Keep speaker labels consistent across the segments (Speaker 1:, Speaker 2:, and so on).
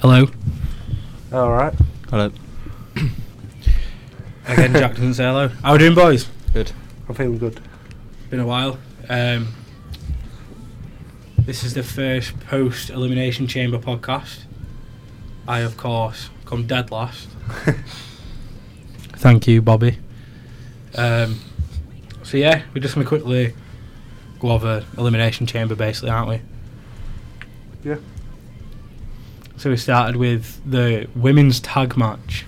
Speaker 1: Hello.
Speaker 2: All right.
Speaker 3: Hello.
Speaker 1: Again, Jack doesn't say hello. How are we doing, boys?
Speaker 3: Good.
Speaker 2: I'm feeling good.
Speaker 1: Been a while. Um, this is the first post Elimination Chamber podcast. I, of course, come dead last. Thank you, Bobby. Um, so, yeah, we're just going to quickly go over Elimination Chamber, basically, aren't we?
Speaker 2: Yeah.
Speaker 1: So, we started with the women's tag match.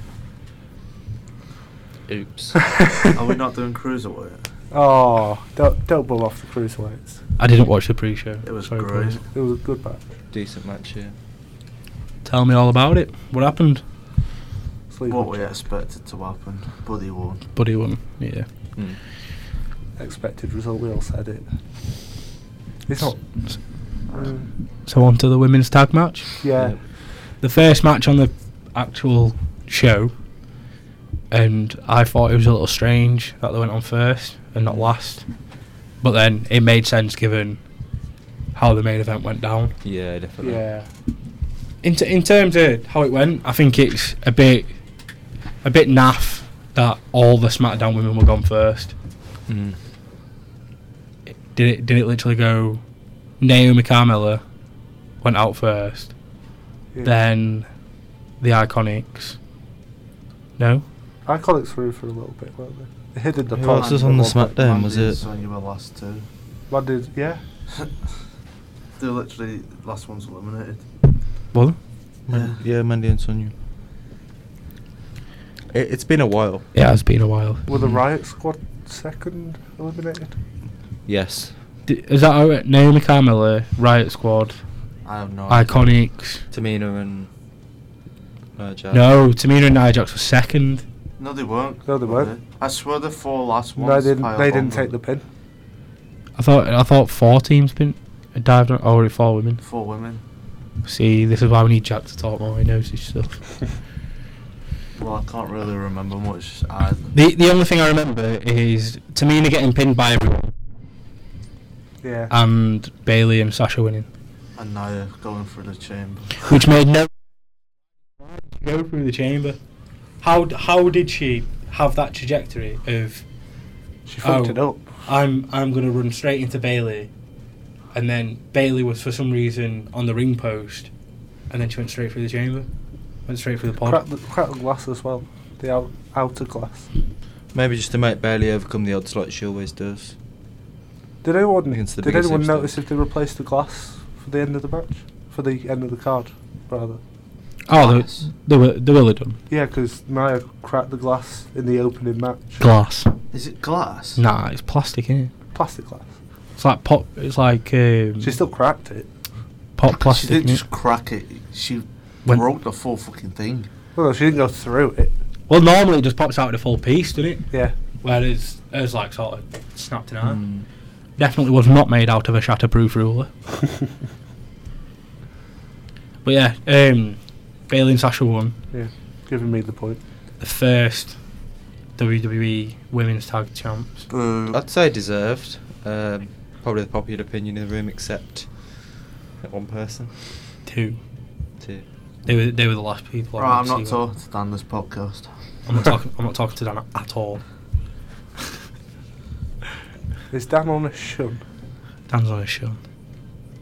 Speaker 3: Oops.
Speaker 4: Are we not doing cruiserweight?
Speaker 2: Oh, don't don't blow off the cruiserweights.
Speaker 1: I didn't watch the pre show.
Speaker 4: It was great.
Speaker 2: It was a good match.
Speaker 3: Decent match here.
Speaker 1: Tell me all about it. What happened?
Speaker 2: Sleep
Speaker 4: what we expected to happen, but he won.
Speaker 1: Buddy won. Yeah.
Speaker 3: Mm.
Speaker 2: expected result. We all said it. It's not. Mm,
Speaker 1: So on to the women's tag match.
Speaker 2: yeah.
Speaker 3: Yep.
Speaker 1: The first match on the actual show, and I thought it was a little strange that they went on first and not last. But then it made sense given how the main event went down.
Speaker 3: Yeah, definitely.
Speaker 2: Yeah.
Speaker 1: In, t- in terms of how it went, I think it's a bit a bit naff that all the SmackDown women were gone first.
Speaker 3: Mm.
Speaker 1: did it did it literally go Naomi Carmella went out first,
Speaker 2: yeah.
Speaker 1: then the Iconics. No?
Speaker 2: Iconics were in for a little bit, weren't they? They hid in the
Speaker 3: Who
Speaker 2: pod.
Speaker 3: else was on the
Speaker 2: Well,
Speaker 3: Smack- SmackDown,
Speaker 4: Mandy
Speaker 3: was
Speaker 4: and
Speaker 3: it?
Speaker 4: Sonya were last two.
Speaker 2: Man did- yeah.
Speaker 4: They're literally last ones eliminated.
Speaker 1: Well,
Speaker 3: Man-
Speaker 4: Yeah.
Speaker 3: yeah. Mandy and Sonia. It, it's been a while.
Speaker 1: yeah, it's been a while.
Speaker 2: Were
Speaker 3: Hmm.
Speaker 2: the Riot Squad second eliminated?
Speaker 3: Yes.
Speaker 1: D- is that how it, Naomi Carmella, Riot Squad,
Speaker 4: I have no
Speaker 1: Iconics?
Speaker 3: Tamina and. Uh, Jack.
Speaker 1: No, Tamina and Nia Jax were second.
Speaker 4: No, they weren't.
Speaker 2: No, they
Speaker 4: were
Speaker 2: weren't.
Speaker 4: I swear the four last ones.
Speaker 2: No, they didn't.
Speaker 4: piled
Speaker 2: They
Speaker 4: on
Speaker 2: didn't
Speaker 4: them.
Speaker 2: take the pin.
Speaker 1: I thought I thought four teams been dived on. Oh, four women.
Speaker 4: Four women.
Speaker 1: See, this is why we need Jack to talk more. He knows his stuff.
Speaker 4: Well, I can't really remember much. I,
Speaker 1: the the only thing I remember is Tamina getting pinned by everyone, Uh,
Speaker 2: Yeah.
Speaker 1: and Bailey and Sasha winning.
Speaker 4: and now you're going through the chamber.
Speaker 1: which made no. Go through the chamber. How d- how did she have that trajectory of
Speaker 2: she fucked
Speaker 1: oh.
Speaker 2: it up.
Speaker 1: I'm I'm gonna run straight into Bailey, and then Bailey was for some reason on the ring post, and then she went straight through the chamber, went straight through the pod.
Speaker 2: Crack the, crack the glass as well. The out, outer glass.
Speaker 3: Maybe just to make Bailey overcome the odds like she always does.
Speaker 2: Did anyone
Speaker 3: Against the
Speaker 2: did
Speaker 3: biggest
Speaker 2: anyone
Speaker 3: hipster.
Speaker 2: notice if they replaced the glass for the end of the match? For the end of the card, rather.
Speaker 1: oh, the the the Willow done
Speaker 2: Yeah, because Naya cracked the glass in the opening match.
Speaker 1: glass.
Speaker 4: Is it glass?
Speaker 1: Nah, it's plastic, innit?
Speaker 2: Plastic glass.
Speaker 1: It's like pop. It's like um,
Speaker 2: She still cracked it.
Speaker 1: pop
Speaker 4: She
Speaker 1: plastic.
Speaker 4: didn't
Speaker 1: innit?
Speaker 4: just crack it. She
Speaker 1: When-
Speaker 4: broke the full fucking thing.
Speaker 2: Well, no, she didn't go through it.
Speaker 1: Well, normally it just pops out in a full piece, doesn't it?
Speaker 2: Yeah.
Speaker 1: Whereas it's like sort of snapped in half.
Speaker 3: Mm.
Speaker 1: definitely was not made out of a shatterproof ruler. but yeah, um, Bailey and Sasha won
Speaker 2: Yeah. Giving me the point.
Speaker 1: the first WWE Women's Tag Champs.
Speaker 4: Boo.
Speaker 3: I'd say deserved. Um, probably the popular opinion in the room, except one person.
Speaker 1: Two.
Speaker 3: Two.
Speaker 1: They were they were the last people. I
Speaker 4: Right,
Speaker 1: wanted
Speaker 4: I'm not
Speaker 1: to see
Speaker 4: talking to Dan this podcast.
Speaker 1: that. I'm not talking. I'm not talking to Dan at all.
Speaker 2: Is Dan on a shun?
Speaker 1: Dan's on a show.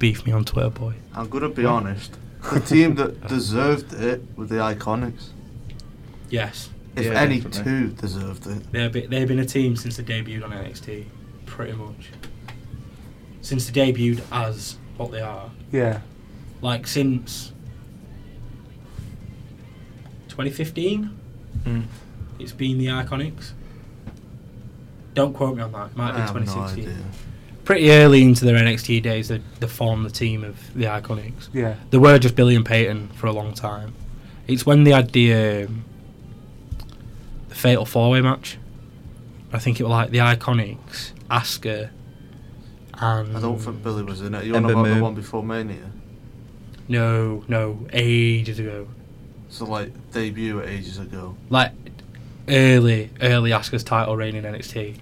Speaker 1: Beef me on Twitter, boy.
Speaker 4: I'm gonna be honest. The team that deserved it were the Iconics.
Speaker 1: Yes,
Speaker 4: If
Speaker 3: Yeah,
Speaker 4: any
Speaker 3: definitely.
Speaker 4: two deserved it.
Speaker 1: they've been, they've been a team since they debuted on NXT, pretty much. Since they debuted as what they are,
Speaker 2: Yeah.
Speaker 1: like since 2015
Speaker 3: Mm.
Speaker 1: it's been the iconics don't quote me on that it might
Speaker 4: I
Speaker 1: be
Speaker 4: have no
Speaker 1: 2016
Speaker 4: idea.
Speaker 1: pretty early into their nxt days they, they formed the team of the iconics
Speaker 2: Yeah.
Speaker 1: they were just billy and peyton for a long time it's when they had the, um, the fatal four-way match i think it was like the iconics Asuka and
Speaker 4: I don't think Billy was in it. You
Speaker 3: Ember
Speaker 4: know about the
Speaker 3: Moon.
Speaker 4: one before Mania?
Speaker 1: no no ages ago
Speaker 4: So like debut ages ago.
Speaker 1: like early, early Asuka's title reign in NXT.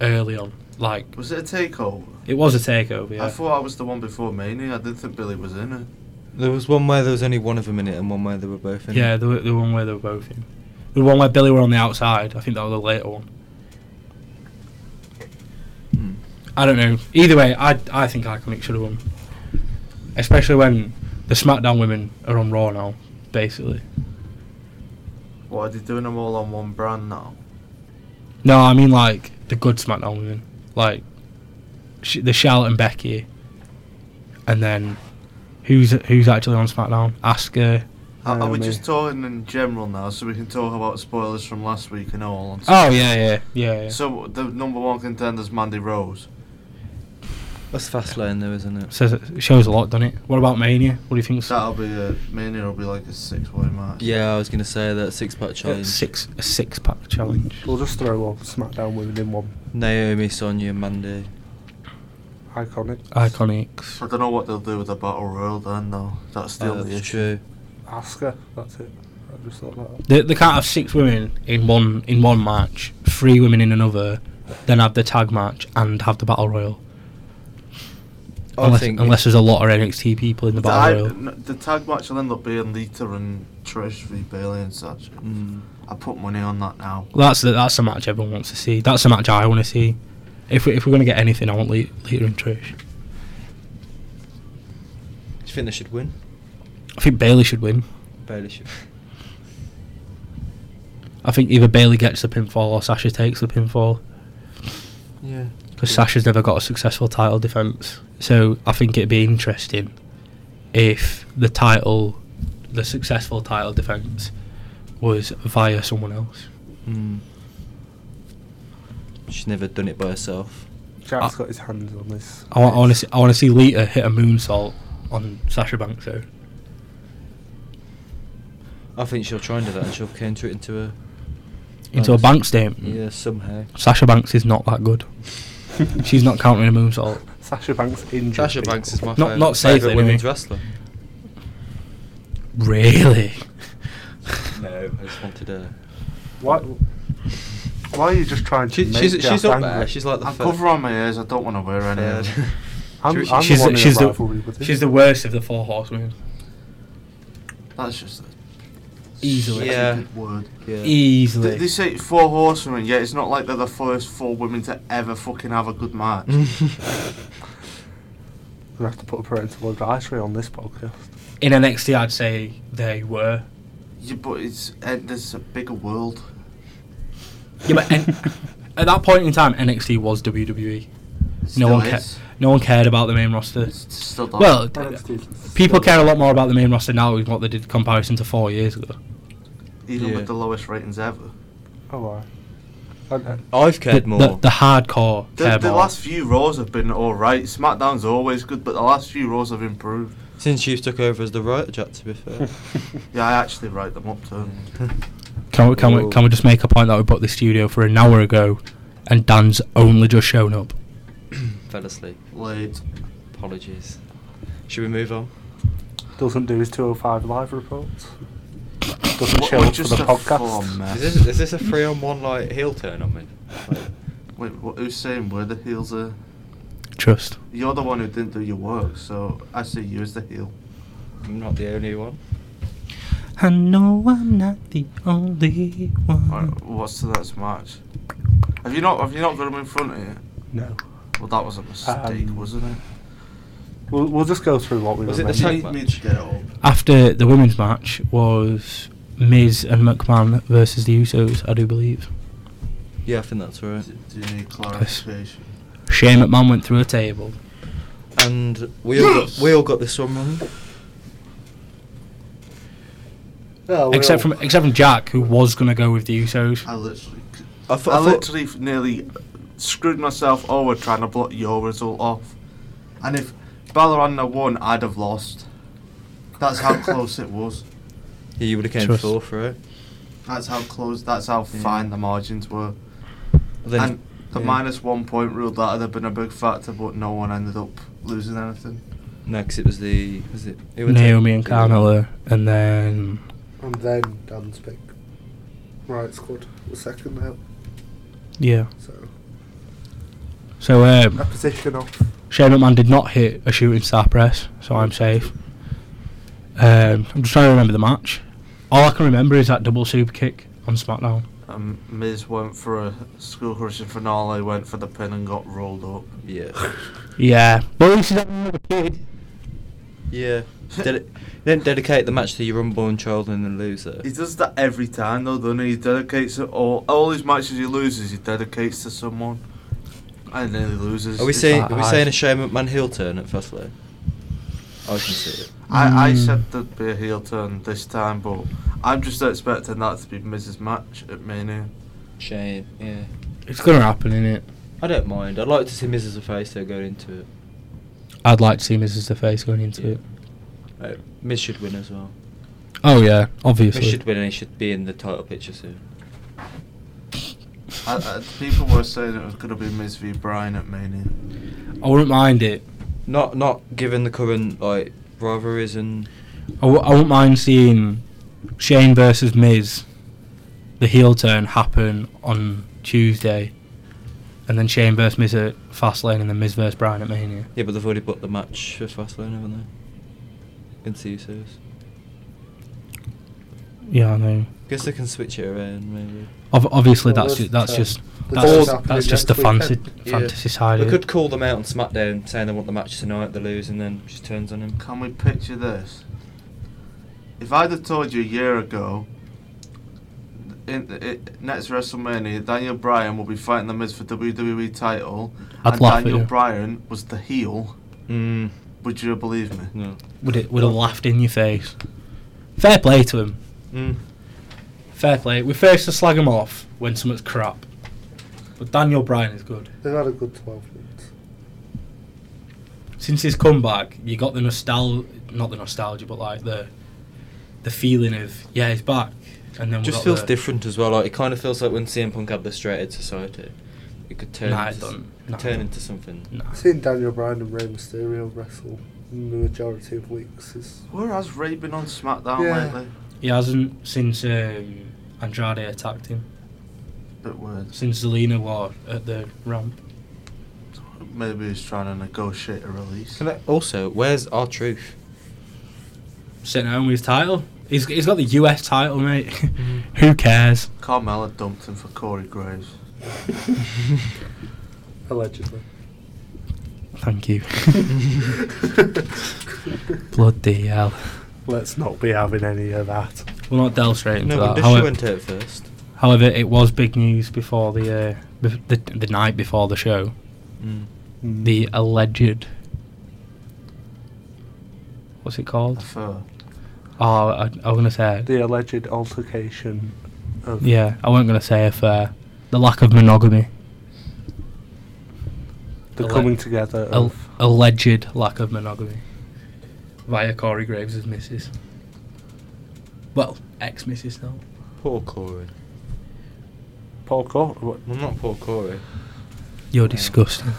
Speaker 1: Early on, like
Speaker 4: Was it a takeover?
Speaker 1: it was a takeover. Yeah.
Speaker 4: I thought I was the one before Mania. I didn't think Billy was in it.
Speaker 3: There was one where there was only one of them in it, and one where they were both in.
Speaker 1: Yeah,
Speaker 3: it.
Speaker 1: the, the one where they were both in. The one where Billy were on the outside. I think that was the later one.
Speaker 3: Hmm.
Speaker 1: I don't know. Either way, I I think Iconic should have won. Especially when the SmackDown women are on Raw now, basically.
Speaker 4: What are they doing them all on one brand now?
Speaker 1: No, I mean like the good SmackDown women, like sh- the Charlotte and Becky, and then who's who's actually on SmackDown? Asuka.
Speaker 4: Are, are we
Speaker 2: Um,
Speaker 4: just talking in general now, so we can talk about spoilers from last week and all? And
Speaker 1: Oh yeah, yeah, yeah. yeah.
Speaker 4: So the number one contender's Mandy Rose.
Speaker 3: That's Fastlane, though, isn't it?
Speaker 1: Says it shows a lot, doesn't it? What about Mania? What do you think?
Speaker 4: That'll be uh, a Mania. Will be like a six-way match.
Speaker 3: Yeah, I was gonna say that six pack
Speaker 1: a
Speaker 3: challenge.
Speaker 1: six a six pack challenge.
Speaker 2: We'll just throw all SmackDown women in one.
Speaker 3: Naomi, Sonya, and Mandy.
Speaker 2: Iconic.
Speaker 4: I
Speaker 1: Iconics.
Speaker 4: don't know what they'll do with the battle royal then, though. That's the
Speaker 3: Uh,
Speaker 4: only
Speaker 3: that's
Speaker 4: issue.
Speaker 3: true.
Speaker 2: Asuka. That's it. I just thought that.
Speaker 1: They, they can't have six women in one in one match, three women in another, then have the tag match and have the battle royal.
Speaker 3: I
Speaker 1: unless,
Speaker 3: think-
Speaker 1: unless there's a lot of NXT people in the
Speaker 4: The,
Speaker 1: battle
Speaker 4: I-
Speaker 1: royal.
Speaker 4: n- the tag match will end up being Lita and Trish v Bailey and such.
Speaker 3: Mm.
Speaker 4: I put money on that now.
Speaker 1: That's the, that's the match everyone wants to see. That's the match I want to see. If we, if we're gonna get anything, I want Le- Lita and Trish.
Speaker 3: Do you think they should win?
Speaker 1: I think Bailey should win.
Speaker 3: Bailey should.
Speaker 1: I think either Bailey gets the pinfall or Sasha takes the pinfall
Speaker 3: Yeah.
Speaker 1: because Sasha's never got a successful title defense. So I think it'd be interesting if the title, the successful title defense, was via someone else.
Speaker 3: Mm. She's never done it by herself.
Speaker 2: Jack's
Speaker 1: Ah.
Speaker 2: got his hands on this.
Speaker 1: I want, I want to see I want to see Lita hit a moonsault on Sasha Banks though.
Speaker 3: I think she'll try and do that, and she'll counter it into a
Speaker 1: Into a bank statement.
Speaker 3: Yeah, somehow.
Speaker 1: Sasha Banks is not that good. She's not countering a moonsault.
Speaker 2: Sasha Banks injured.
Speaker 3: Sasha
Speaker 2: people.
Speaker 3: Banks is my
Speaker 1: Not-
Speaker 3: favorite,
Speaker 1: not safely, anyway.
Speaker 3: women's wrestler.
Speaker 1: Really?
Speaker 3: No, I just wanted a.
Speaker 2: Why? Why are you just trying to
Speaker 3: She,
Speaker 2: make
Speaker 3: she's
Speaker 2: Jack
Speaker 3: she's up
Speaker 2: angry?
Speaker 3: there. She's like the
Speaker 4: I'm
Speaker 3: fir-
Speaker 4: covering my ears. I don't want to wear any.
Speaker 3: third.
Speaker 4: of them.
Speaker 2: I'm,
Speaker 3: Should we-
Speaker 2: I'm
Speaker 1: she's
Speaker 2: the
Speaker 1: the,
Speaker 2: one
Speaker 1: she's,
Speaker 2: in a rivalry
Speaker 1: the,
Speaker 2: with him.
Speaker 1: she's the worst of the four horsewomen.
Speaker 4: That's just a
Speaker 1: Easily.
Speaker 3: Yeah.
Speaker 4: stupid word.
Speaker 3: yeah.
Speaker 1: Easily.
Speaker 4: They, they say four horsewomen, yet it's not like they're the first four women to ever fucking have a good match.
Speaker 1: Mm.
Speaker 2: We have to put a parental advisory on this podcast.
Speaker 1: In NXT, I'd say they were.
Speaker 4: yeah, but it's uh, there's a bigger world.
Speaker 1: Yeah, but N- at that point in time, NXT was WWE.
Speaker 4: It
Speaker 1: No
Speaker 4: still
Speaker 1: one cared.
Speaker 4: is.
Speaker 1: No one cared about the main roster.
Speaker 4: It's Still don't.
Speaker 1: Well, d-
Speaker 2: NXT 's
Speaker 1: people
Speaker 2: still-
Speaker 1: care a lot more about the main roster now than what they did in comparison to four years ago.
Speaker 4: even
Speaker 3: yeah.
Speaker 4: with the lowest ratings ever.
Speaker 2: Oh, why? And, uh,
Speaker 3: I've
Speaker 1: The,
Speaker 3: cared more.
Speaker 1: the, the hardcore
Speaker 4: The,
Speaker 1: care
Speaker 4: the
Speaker 1: more.
Speaker 4: last few rows have been all right. SmackDown's always good, but the last few rows have improved.
Speaker 3: Since you've took over as the writer, Jack, to be fair.
Speaker 2: uh,
Speaker 3: Um,
Speaker 4: Yeah, I actually write them up too.
Speaker 1: Can we, can, we,
Speaker 3: Whoa.
Speaker 1: can we just make a point that we booked the studio for an hour ago and Dan's only just shown up?
Speaker 3: Fell asleep.
Speaker 4: Late.
Speaker 3: Apologies. Should we move on?
Speaker 2: doesn't do his 205 live reports. Doesn't
Speaker 4: What-
Speaker 2: show
Speaker 4: we're
Speaker 2: up for
Speaker 4: just
Speaker 2: the
Speaker 4: a full
Speaker 2: podcast.
Speaker 4: mess.
Speaker 3: Is this, is this a three on one like heel turn on me? Like,
Speaker 4: Wait, what, who's saying where the heels are?
Speaker 1: Trust.
Speaker 4: You're the one who didn't do your work, so I see you as the heel.
Speaker 3: I'm not the only one.
Speaker 1: I know I'm not the only one.
Speaker 4: Alright, what's the next match? Have you not? Have you not got him in front of you?
Speaker 2: No.
Speaker 4: Well, that was a mistake,
Speaker 2: Um,
Speaker 4: wasn't it?
Speaker 2: We'll, we'll just go through what we
Speaker 3: Was it the
Speaker 2: remember.
Speaker 3: tag
Speaker 4: Need me
Speaker 3: match?
Speaker 4: to get it up.
Speaker 1: After the women's match was Miz and McMahon versus the Usos, I do believe.
Speaker 3: Yeah, I think that's right.
Speaker 4: Do, do you need clarification?
Speaker 1: Shane McMahon went through a table.
Speaker 3: And we all got, we all got this one wrong.
Speaker 2: Oh, we
Speaker 1: except
Speaker 2: all-
Speaker 1: from except from Jack, who was gonna go with the Usos.
Speaker 4: I literally, c-
Speaker 3: I, th-
Speaker 4: I,
Speaker 3: I thought
Speaker 4: literally f- nearly screwed myself over trying to block your result off. And if Balor hadn't have won, I'd have lost. That's how close it was.
Speaker 3: yeah, you would have came
Speaker 1: Trust.
Speaker 3: fourth, right?
Speaker 4: That's how close. That's how
Speaker 3: Yeah.
Speaker 4: fine the margins were.
Speaker 3: Then
Speaker 4: and the
Speaker 3: yeah.
Speaker 4: minus one point rule that would have been a big factor, but no one ended up losing anything.
Speaker 3: No, 'cause it was the was it who was it?
Speaker 1: Naomi and Carmella, and then
Speaker 5: And then Dan's pick. Right, squad. The second now.
Speaker 1: yeah.
Speaker 5: So,
Speaker 1: So um,
Speaker 5: a position off.
Speaker 1: Shane McMahon did not hit a shooting star press, so I'm safe. Um, I'm just trying to remember the match. All I can remember is that double super kick on SmackDown.
Speaker 4: Um, Miz went for a school crushing finale, went for the pin and got rolled up.
Speaker 3: Yeah.
Speaker 1: Yeah, but at least he's having another kid.
Speaker 3: Yeah. Ded- then dedicate the match to your unborn child and then lose it.
Speaker 4: He does that every time though, doesn't he? He dedicates it all. All his matches he loses, he dedicates to someone, and then he loses.
Speaker 3: Are we
Speaker 4: It's
Speaker 3: saying
Speaker 4: like-
Speaker 3: are we
Speaker 1: I-
Speaker 3: saying a Shane McMahon heel turn at Fastlane? I can see it.
Speaker 4: I, I
Speaker 1: Mm.
Speaker 4: said there'd be a heel turn this time, but I'm just expecting that to be Miz's match at Mania.
Speaker 3: Shane, yeah.
Speaker 1: It's gonna happen, innit?
Speaker 3: I don't mind. I'd like to see Miz as a face though going into it.
Speaker 1: I'd like to see Mrs. The Face going into
Speaker 3: Yeah.
Speaker 1: it.
Speaker 3: Uh, Miz should win as well.
Speaker 1: Oh yeah, obviously.
Speaker 3: Miz should win and he should be in the title picture soon.
Speaker 4: I, I, people were saying it was going to be Miz v Brian at Mania.
Speaker 1: I wouldn't mind it.
Speaker 3: Not not given the current like rivalries and
Speaker 1: I,
Speaker 4: Oh.
Speaker 1: w- I wouldn't mind seeing Shane versus Miz, the heel turn happen on Tuesday, and then Shane versus Miz at Fastlane, and then Miz versus Brian at Mania.
Speaker 3: yeah, but they've already booked the match for Fastlane, haven't they? In the Usos.
Speaker 1: Yeah, I know.
Speaker 3: Guess they can switch it around maybe.
Speaker 1: Ob- obviously,
Speaker 5: Well, uh,
Speaker 1: that's
Speaker 5: that's
Speaker 1: ju- that's
Speaker 5: the-
Speaker 1: just
Speaker 5: the
Speaker 1: that's
Speaker 5: ball's
Speaker 1: just,
Speaker 5: happening
Speaker 1: that's just the
Speaker 5: next
Speaker 1: fancy,
Speaker 5: weekend.
Speaker 3: Yeah.
Speaker 1: fantasy side.
Speaker 3: We
Speaker 1: of it.
Speaker 3: could call them out on SmackDown saying they want the match tonight, they lose, and then just turns on him.
Speaker 4: Can we picture this? If I'd have told you a year ago, in, i next WrestleMania, Daniel Bryan will be fighting the Miz for WWE title,
Speaker 1: I'd
Speaker 4: and
Speaker 1: laugh at
Speaker 4: Daniel
Speaker 1: you.
Speaker 4: Bryan was the heel,
Speaker 3: Mm,
Speaker 4: would you believe me?
Speaker 3: no.
Speaker 1: would it would have laughed in your face. Fair play to him.
Speaker 3: Mm.
Speaker 1: Fair play. We're first to slag him off when something's crap, but Daniel Bryan is good.
Speaker 5: They've had a good 12 minutes.
Speaker 1: since his comeback, you got the nostalgia, not the nostalgia, but like the the feeling of yeah, he's back. And then we
Speaker 3: Just
Speaker 1: got
Speaker 3: feels
Speaker 1: the-
Speaker 3: different as well. Like it kind of feels like when CM Punk had the Strated Society, it could turn
Speaker 1: Nah, it
Speaker 3: into, s-
Speaker 1: don't.
Speaker 3: could
Speaker 1: Nah.
Speaker 3: turn into something.
Speaker 1: Nah.
Speaker 5: Seeing Daniel Bryan and Rey Mysterio wrestle in the majority of weeks is.
Speaker 4: Where has Ray been on SmackDown
Speaker 5: Yeah.
Speaker 4: lately?
Speaker 1: He hasn't since um, Andrade attacked him.
Speaker 4: Bit weird.
Speaker 1: Since Zelina was at the ramp.
Speaker 4: Maybe he's trying to negotiate a release.
Speaker 3: Can I, also, where's our truth?
Speaker 1: Sitting home with his title. He's, he's got the US title, mate. Who cares?
Speaker 4: Carmella dumped him for Corey Graves.
Speaker 5: Allegedly.
Speaker 1: Thank you. Bloody hell.
Speaker 5: Let's not be having any of that.
Speaker 1: We'll not delve straight into
Speaker 3: no,
Speaker 1: that.
Speaker 3: wonder she
Speaker 1: However-
Speaker 3: went out first.
Speaker 1: However, it was big news before the, uh, bef- the the night before the show.
Speaker 3: Mm.
Speaker 1: The alleged. What's it called?
Speaker 4: For
Speaker 1: Oh, I, I was gonna say.
Speaker 2: The alleged altercation of
Speaker 1: yeah, I wasn't gonna say affair. The lack of monogamy.
Speaker 2: the
Speaker 1: Ale-
Speaker 2: coming together
Speaker 1: Al-
Speaker 2: Uh, of
Speaker 1: alleged lack of monogamy. Via Corey Graves as Mrs. Well, ex Mrs. now.
Speaker 3: Poor Corey.
Speaker 2: Paul Court. What,
Speaker 3: Well, not poor Corey.
Speaker 1: You're disgusting.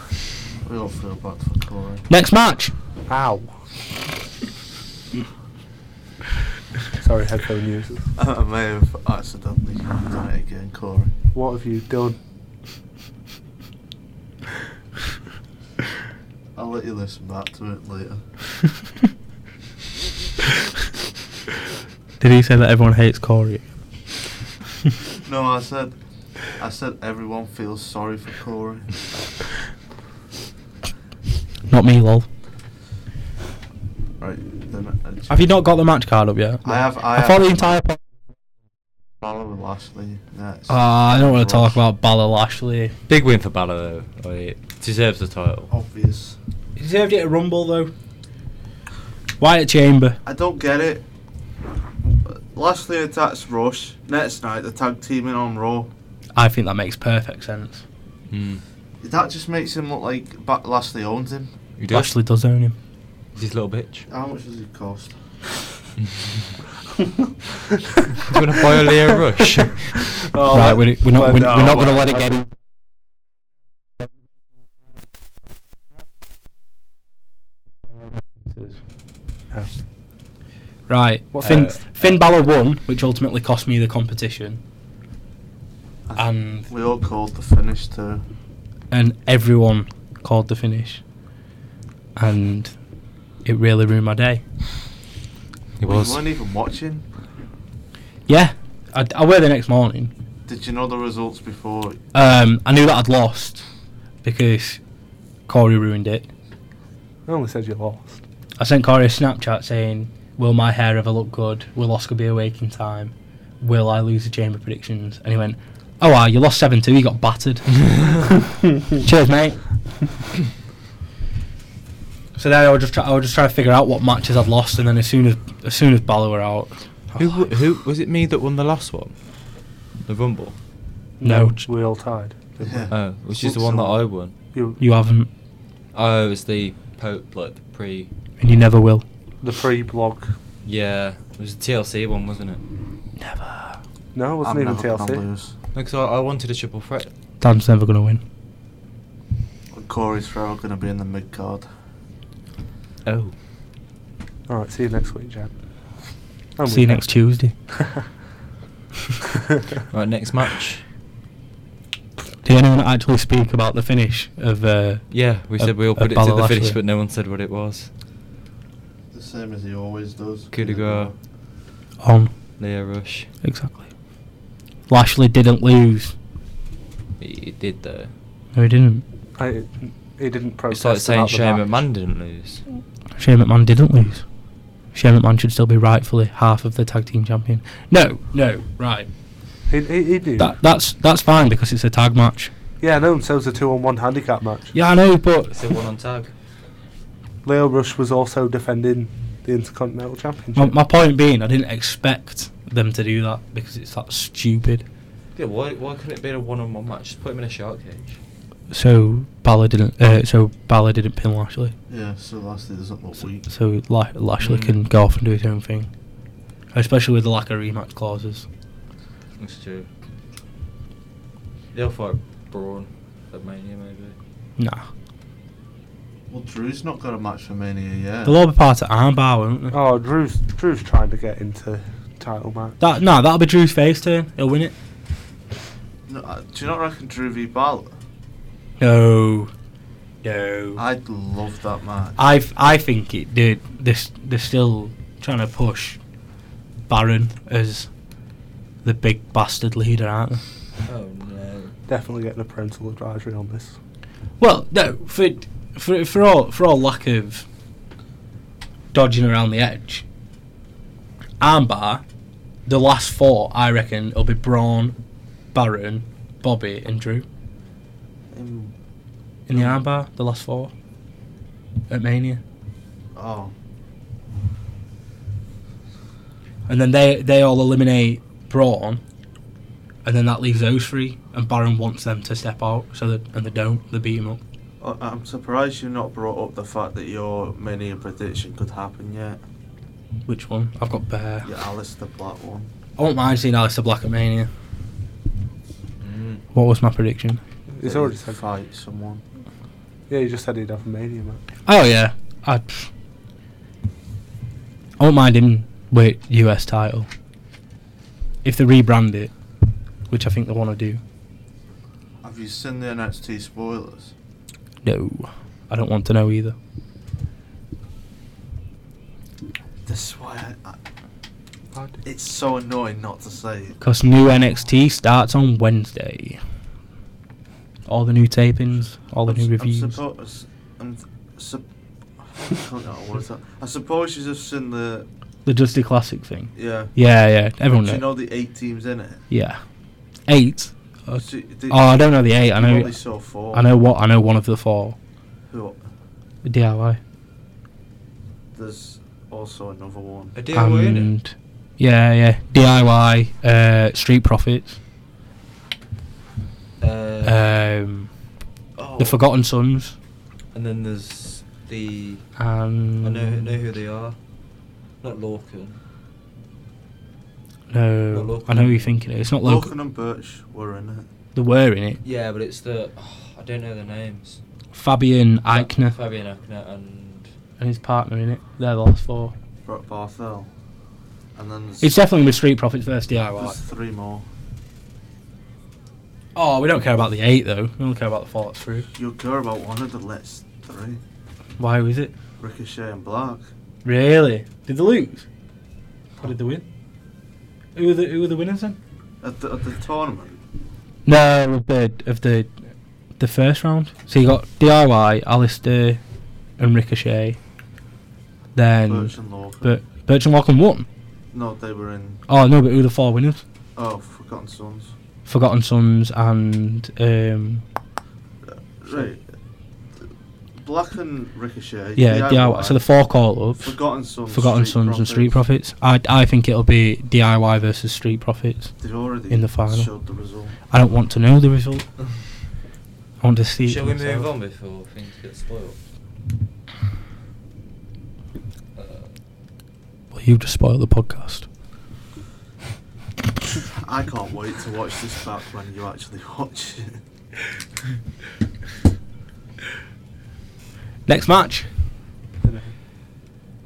Speaker 4: we all feel bad for Corey.
Speaker 1: Next match.
Speaker 2: ow. Sorry, headphone users.
Speaker 4: I
Speaker 2: Um,
Speaker 4: may have accidentally done it again, Corey.
Speaker 2: What have you done?
Speaker 4: I'll let you listen back to it later.
Speaker 1: Did he say that everyone hates Corey?
Speaker 4: No, I said, I said everyone feels sorry for Corey.
Speaker 1: Not me, lol.
Speaker 4: Right then. I
Speaker 1: Have you not got the match card up yet?
Speaker 4: I have. I,
Speaker 1: I
Speaker 4: have
Speaker 1: thought the entire. Po-
Speaker 4: Follow with Lashley next.
Speaker 1: uh, I don't want to talk about Balor Lashley.
Speaker 3: Big win for Balor though. Like, deserves the title.
Speaker 4: obvious.
Speaker 1: He deserved it at Rumble though. Wyatt Chamber.
Speaker 4: I don't get it. Lashley attacks Rush next night. The tag teaming on Raw.
Speaker 1: I think that makes perfect sense.
Speaker 3: Mm.
Speaker 4: That just makes him look like ba- Lashley owns him.
Speaker 3: You do?
Speaker 1: Lashley does own him.
Speaker 3: This little bitch.
Speaker 4: How much does it cost?
Speaker 3: Do you want to buy a Leo Rush?
Speaker 2: Oh,
Speaker 1: right,
Speaker 2: that-
Speaker 1: we're, we're not,
Speaker 2: well,
Speaker 1: we're,
Speaker 2: no,
Speaker 1: we're not going
Speaker 2: well,
Speaker 1: to let it
Speaker 2: I-
Speaker 1: get in.
Speaker 2: Yeah.
Speaker 1: Right,
Speaker 2: What's
Speaker 1: Finn,
Speaker 2: next?
Speaker 1: Finn Balor won, which ultimately cost me the competition, and
Speaker 4: We all called the uh, finish too.
Speaker 1: and everyone called the finish, and it really ruined my day.
Speaker 3: He
Speaker 4: Well,
Speaker 3: was.
Speaker 4: You weren't even watching.
Speaker 1: Yeah, I, I were the next morning.
Speaker 4: Did you know the results before?
Speaker 1: Um, I knew that I'd lost because Corey ruined it.
Speaker 2: I only said you lost.
Speaker 1: I sent Corey a Snapchat saying, "Will my hair ever look good? Will Oscar be awake in time? Will I lose the chamber predictions?" And he went, "Oh, ah, you lost seven two. You got battered." Cheers, mate. so then I would just try, I would just try to figure out what matches I'd lost, and then as soon as as soon as Bala were out, I
Speaker 3: Who,
Speaker 1: was
Speaker 3: w-
Speaker 1: like,
Speaker 3: who was it? Me that won the last one, the Rumble.
Speaker 1: No,
Speaker 2: we all tied. didn't we?
Speaker 4: Yeah.
Speaker 3: Oh, which is the one
Speaker 4: What's the
Speaker 3: that
Speaker 4: one?
Speaker 3: I won.
Speaker 2: You,
Speaker 1: you haven't,
Speaker 3: Oh, it was the po like the pre.
Speaker 1: and you never will.
Speaker 2: the free blog.
Speaker 3: Yeah, it was the TLC one, wasn't it?
Speaker 1: Never.
Speaker 2: No, it wasn't
Speaker 4: I'm
Speaker 2: even
Speaker 4: never gonna
Speaker 2: TLC.
Speaker 4: lose.
Speaker 3: No, 'cause I, I wanted a triple threat.
Speaker 1: Dan's never gonna win.
Speaker 4: Corey's forever going to be in the mid card.
Speaker 3: Oh.
Speaker 2: All right, see you next week, Jan.
Speaker 1: See you next Tuesday.
Speaker 3: Right, next match.
Speaker 1: Did anyone actually speak about the finish of? Uh,
Speaker 3: Yeah, we
Speaker 1: of-
Speaker 3: said we all
Speaker 1: of
Speaker 3: predicted
Speaker 1: Bala
Speaker 3: the finish,
Speaker 1: Lashley?
Speaker 3: but no one said what it was.
Speaker 4: The same as he always does.
Speaker 3: Coup de grace,
Speaker 1: on.
Speaker 3: Leo Rush.
Speaker 1: Exactly. Lashley didn't lose.
Speaker 3: He he did though.
Speaker 1: No, he didn't.
Speaker 2: I, he didn't protest.
Speaker 3: It's like saying
Speaker 2: about the
Speaker 3: Shane
Speaker 2: match.
Speaker 3: McMahon didn't lose.
Speaker 1: Shane McMahon didn't lose. Shane McMahon should still be rightfully half of the tag team champion. No, no, right.
Speaker 2: He, he, he did.
Speaker 1: That, that's that's fine because it's a tag match.
Speaker 2: yeah, no, and so was a two-on-one handicap match.
Speaker 1: Yeah, I know, but
Speaker 3: It's a one on tag.
Speaker 2: Leo Rush was also defending the Intercontinental
Speaker 1: my,
Speaker 2: Championship.
Speaker 1: my point being, I didn't expect them to do that because it's that stupid.
Speaker 3: Yeah, why why couldn't it be a one on one match? Just put him in a shark cage.
Speaker 1: So Balor didn't. Uh, so Balor didn't pin Lashley.
Speaker 4: Yeah, so lastly, doesn't look
Speaker 1: So,
Speaker 4: weak.
Speaker 1: so La- Lashley
Speaker 3: Mm.
Speaker 1: can go off and do his own thing, especially with the lack of rematch clauses.
Speaker 3: That's true. They'll fight Braun at Mania maybe.
Speaker 1: Nah,
Speaker 4: Well, Drew's not got a match for Mania yet.
Speaker 1: they'll all be part of armbar, won't they?
Speaker 2: oh, Drew's Drew's trying to get into title match.
Speaker 1: That no, that'll be Drew's face turn. He'll win it.
Speaker 4: No, uh, do you not reckon Drew v Balor?
Speaker 1: No, no. I
Speaker 4: I'd love that match.
Speaker 1: I think it did. This they're still trying to push Baron as the big bastard leader, aren't they?
Speaker 3: Oh no.
Speaker 2: Definitely getting a parental advisory on this.
Speaker 1: Well, no, for for for all for all lack of dodging around the edge, armbar. The last four, I reckon, will be Braun, Baron, Bobby, and Drew
Speaker 4: Um,
Speaker 1: in the armbar. The last four at Mania.
Speaker 4: oh,
Speaker 1: and then they they all eliminate Braun, and then that leaves those three. And Baron wants them to step out, so that and they don't. They beat him up.
Speaker 4: I- I'm surprised you've not brought up the fact that your Mania prediction could happen yet.
Speaker 1: Which one? I've got Bear.
Speaker 4: Your Alistair Black one.
Speaker 1: I won't mind seeing Alistair Black at Mania.
Speaker 3: Mm.
Speaker 1: What was my prediction?
Speaker 2: He's
Speaker 4: That
Speaker 2: already
Speaker 4: he'd
Speaker 2: said
Speaker 4: fight someone.
Speaker 2: Yeah, he just said he'd have a mania match.
Speaker 1: Oh yeah, I. pff. I won't mind him with US title. If they rebrand it, which I think they want to do.
Speaker 4: Have you seen the NXT spoilers?
Speaker 1: No, I don't want to know either.
Speaker 4: This is why I, I, it's so annoying not to say it.
Speaker 1: Because new NXT starts on Wednesday. All the new tapings, all the
Speaker 4: I'm uh,
Speaker 1: new
Speaker 4: s-
Speaker 1: reviews.
Speaker 4: I'm suppose, I'm th- sup- I can't get a word out. I suppose you've just seen the
Speaker 1: The Dusty Classic thing.
Speaker 4: yeah.
Speaker 1: Yeah, yeah. Everyone
Speaker 4: Do
Speaker 1: knows.
Speaker 4: you know the eight teams in it?
Speaker 1: yeah. Eight. Uh,
Speaker 4: So the-
Speaker 1: oh, I don't know the eight. I
Speaker 4: you
Speaker 1: know.
Speaker 4: Only saw four.
Speaker 1: I know what. I know one of the four.
Speaker 4: Who-
Speaker 1: The DIY.
Speaker 4: There's also another one.
Speaker 3: A deal were in it.
Speaker 1: and yeah, yeah. DIY. Uh, Street Profits.
Speaker 3: Uh,
Speaker 1: Um,
Speaker 4: Oh,
Speaker 1: The Forgotten Sons.
Speaker 3: and then there's the
Speaker 1: And
Speaker 3: I know I know who they are. Not Lorcan.
Speaker 1: No,
Speaker 3: Not local.
Speaker 1: I know who you're thinking. Of. It's not local.
Speaker 4: Logan and Birch were in it.
Speaker 1: They were in it.
Speaker 3: Yeah, but it's the oh, I don't know the names.
Speaker 1: Fabian Eichner
Speaker 3: Fabian Eichner and
Speaker 1: and his partner in it. They're the last four.
Speaker 4: Brock Barthel. And then there's,
Speaker 1: It's definitely with Street Profits versus
Speaker 4: there's
Speaker 1: DIY.
Speaker 4: three more.
Speaker 1: Oh, we don't care about the eight though. We don't care about the four that's through.
Speaker 4: You'll care about one of the last three.
Speaker 1: Why was it?
Speaker 4: Ricochet and Black.
Speaker 1: Really? Did they lose? Who did they win? Who were the who were the winners then?
Speaker 4: At the, at the tournament.
Speaker 1: No, of the of the the first round. So you got DIY, Alistair, and Ricochet. Then
Speaker 4: Birch and Lorcan.
Speaker 1: But Birch and Lorcan won.
Speaker 4: No, they were in.
Speaker 1: Oh no, but who were the four winners?
Speaker 4: Oh, Forgotten Sons.
Speaker 1: Forgotten Sons and um,
Speaker 4: Uh, Right. Black and Ricochet.
Speaker 1: yeah, DIY. So the four call ups.
Speaker 4: Forgotten Sons.
Speaker 1: Forgotten
Speaker 4: Street
Speaker 1: Sons and Street
Speaker 4: Profits.
Speaker 1: Profits. I I think it'll be DIY versus Street Profits.
Speaker 4: They've already
Speaker 1: in the final.
Speaker 4: showed the result.
Speaker 1: I don't want to know the result. I want to see. it
Speaker 3: Shall we move
Speaker 1: myself.
Speaker 3: on before things get spoiled? Uh,
Speaker 1: Well, you just spoiled the podcast.
Speaker 4: I can't wait to watch this back when you actually watch it.
Speaker 1: Next match.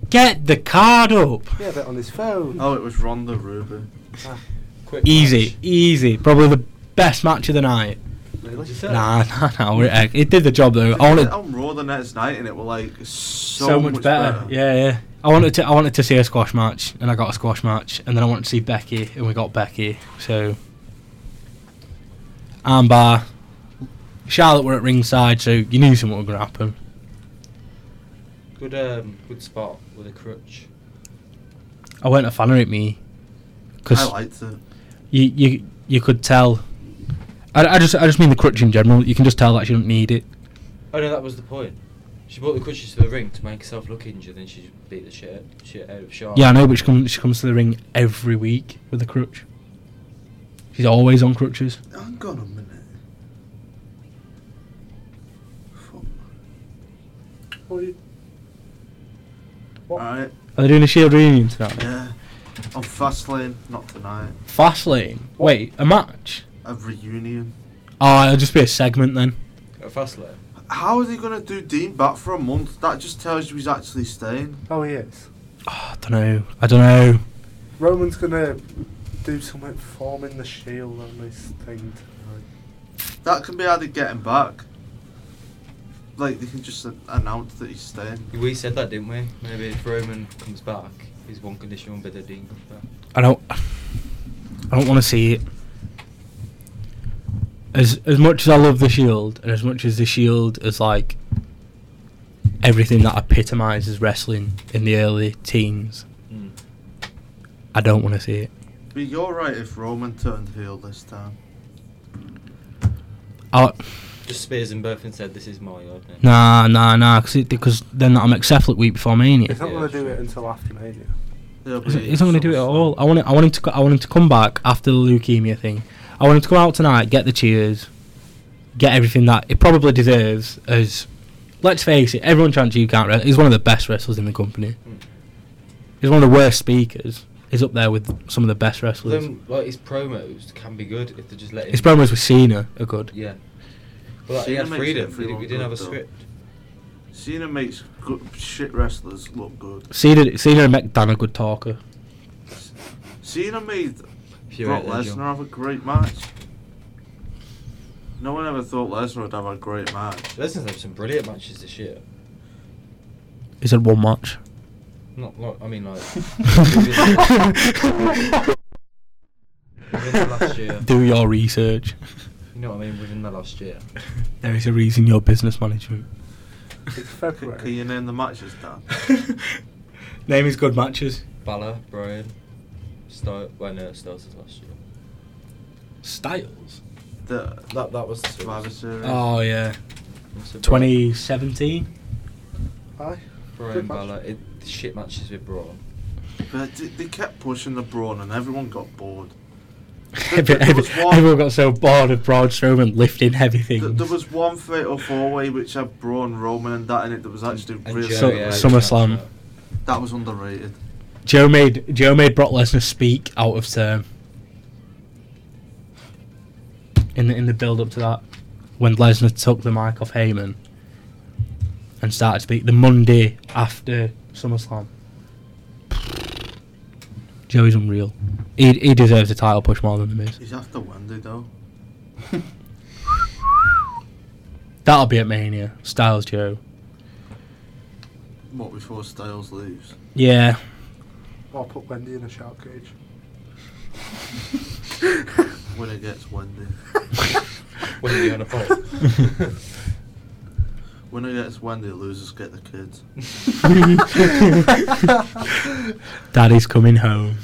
Speaker 1: Get the card up.
Speaker 5: Yeah, but on his phone.
Speaker 4: Oh, it was Ronda Rubin.
Speaker 5: Ah,
Speaker 3: quick
Speaker 1: Easy,
Speaker 3: match.
Speaker 1: easy. Probably the best match of the night.
Speaker 5: really?
Speaker 3: Just-
Speaker 1: Nah, nah, nah. we're- eh, It did the job though. I
Speaker 4: They did
Speaker 1: wanted
Speaker 4: it on Raw the next night, and it was like so,
Speaker 1: so much better. Yeah, yeah. I wanted to. I wanted to see a squash match, and I got a squash match, and then I wanted to see Becky, and we got Becky. So, armbar. Charlotte were at ringside, so you knew something was going to happen.
Speaker 3: Good, um, good spot with a crutch.
Speaker 1: I weren't a fan of it, me,
Speaker 4: I
Speaker 1: because
Speaker 4: liked it.
Speaker 1: you you you could tell. I, I just I just mean the crutch in general. You can just tell that she don't need it.
Speaker 3: Oh no, that was the point. She brought the crutches to the ring to make herself look injured, and she just beat the shit, shit out of
Speaker 4: Oh.
Speaker 3: Charlotte.
Speaker 1: Yeah, I know, but she comes she comes to the ring every week with a crutch. She's always on crutches.
Speaker 4: Hang on a minute. Fuck.
Speaker 5: What are you- What?
Speaker 4: Alright,
Speaker 1: Are they doing a Shield reunion tonight?
Speaker 4: yeah. On Fastlane, not tonight.
Speaker 1: Fastlane. Wait, a match?
Speaker 4: A reunion.
Speaker 1: Oh, it'll just be a segment then.
Speaker 3: At Fastlane.
Speaker 4: How are they going to do Dean back for a month? That just tells you he's actually staying.
Speaker 5: Oh, he is.
Speaker 1: Oh, I don't know. I don't know.
Speaker 5: Roman's gonna do something forming the shield on this thing tonight.
Speaker 4: That can be how they get him back. Like, they can just a- announce that he's staying.
Speaker 3: We said that, didn't we? Maybe if Roman comes back, his one condition will be that Dean comes back.
Speaker 1: I don't. I don't want to see it. As as much as I love the Shield, and as much as the Shield is like everything that epitomizes wrestling in the early teens,
Speaker 3: Mm.
Speaker 1: I don't want to see it.
Speaker 4: But you're right if Roman turned heel this time.
Speaker 1: I,
Speaker 3: Just spears them both and said, "This is my yard." now."
Speaker 1: nah, nah, nah, because then that'll make Seth look weak before Mania.
Speaker 5: He's not
Speaker 3: Yeah,
Speaker 5: gonna do
Speaker 3: sure.
Speaker 5: it until after Mania.
Speaker 4: There'll
Speaker 1: He's,
Speaker 4: be
Speaker 1: he's not going to do it at all. I want it, I want him to. co- I want him to come back after the leukemia thing. I want him to come out tonight, get the cheers, get everything that it probably deserves. As let's face it, everyone chants you can't. Wrestle. He's one of the best wrestlers in the company.
Speaker 3: Mm.
Speaker 1: He's one of the worst speakers. He's up there with some of the best wrestlers.
Speaker 3: Then, like his promos can be good if they just let him.
Speaker 1: His promos with Cena are good.
Speaker 3: Yeah. Well, like, he
Speaker 4: Cena
Speaker 3: had
Speaker 4: makes
Speaker 3: freedom. He,
Speaker 4: everyone
Speaker 3: he didn't have a
Speaker 4: good, though.
Speaker 3: script.
Speaker 4: Cena makes good shit wrestlers look good.
Speaker 1: Cena, Cena and McDonough are good talker.
Speaker 4: Cena made
Speaker 3: If you're
Speaker 4: Brock
Speaker 3: out there, John.
Speaker 4: Lesnar have a great match. No one ever thought Lesnar would have a great match.
Speaker 3: Lesnar's had some brilliant matches this year.
Speaker 1: He's had one match.
Speaker 3: Not, not I mean, like. within the last year.
Speaker 1: Do your research.
Speaker 3: You know what I mean? Within the last year.
Speaker 1: There is a reason you're business management.
Speaker 5: It's
Speaker 4: Can,
Speaker 5: February.
Speaker 4: can you name the matches, Dan?
Speaker 1: Name is good matches.
Speaker 3: Balor, Brian, Styles. Well, no, Styles was last year.
Speaker 1: Styles.
Speaker 4: The
Speaker 3: That that was the series.
Speaker 4: Survivor Series.
Speaker 1: Oh yeah.
Speaker 3: Also Brian-
Speaker 1: 2017.
Speaker 5: Aye.
Speaker 3: Brian
Speaker 5: Good match.
Speaker 3: Balor. It, the shit matches with Braun.
Speaker 4: But they, they kept pushing the brawn and everyone got bored.
Speaker 1: Every-
Speaker 4: There was
Speaker 1: every-
Speaker 4: one-
Speaker 1: everyone got so bored of Braun Strowman lifting heavy
Speaker 4: Th-
Speaker 1: things.
Speaker 4: there was one fatal four way which had Braun, Roman, and that in it that was actually
Speaker 3: And
Speaker 4: really
Speaker 1: So-
Speaker 3: Jerry Evans
Speaker 1: Summer-
Speaker 3: match
Speaker 1: SummerSlam.
Speaker 3: up.
Speaker 4: that was underrated.
Speaker 1: Joe made Joe made Brock Lesnar speak out of turn. In the in the build up to that, when Lesnar took the mic off Heyman and started to speak the Monday after SummerSlam. Joey's unreal. He he deserves a title push more than the Miz.
Speaker 4: He's after Wendy though.
Speaker 1: That'll be at Mania. Styles Joe.
Speaker 4: What before Styles leaves?
Speaker 1: Yeah.
Speaker 5: What
Speaker 2: I'll put Wendy in a shark cage.
Speaker 4: Winner gets Wendy.
Speaker 6: Wendy on a pole.
Speaker 4: Winner gets Wendy, losers get the kids.
Speaker 1: Daddy's coming home.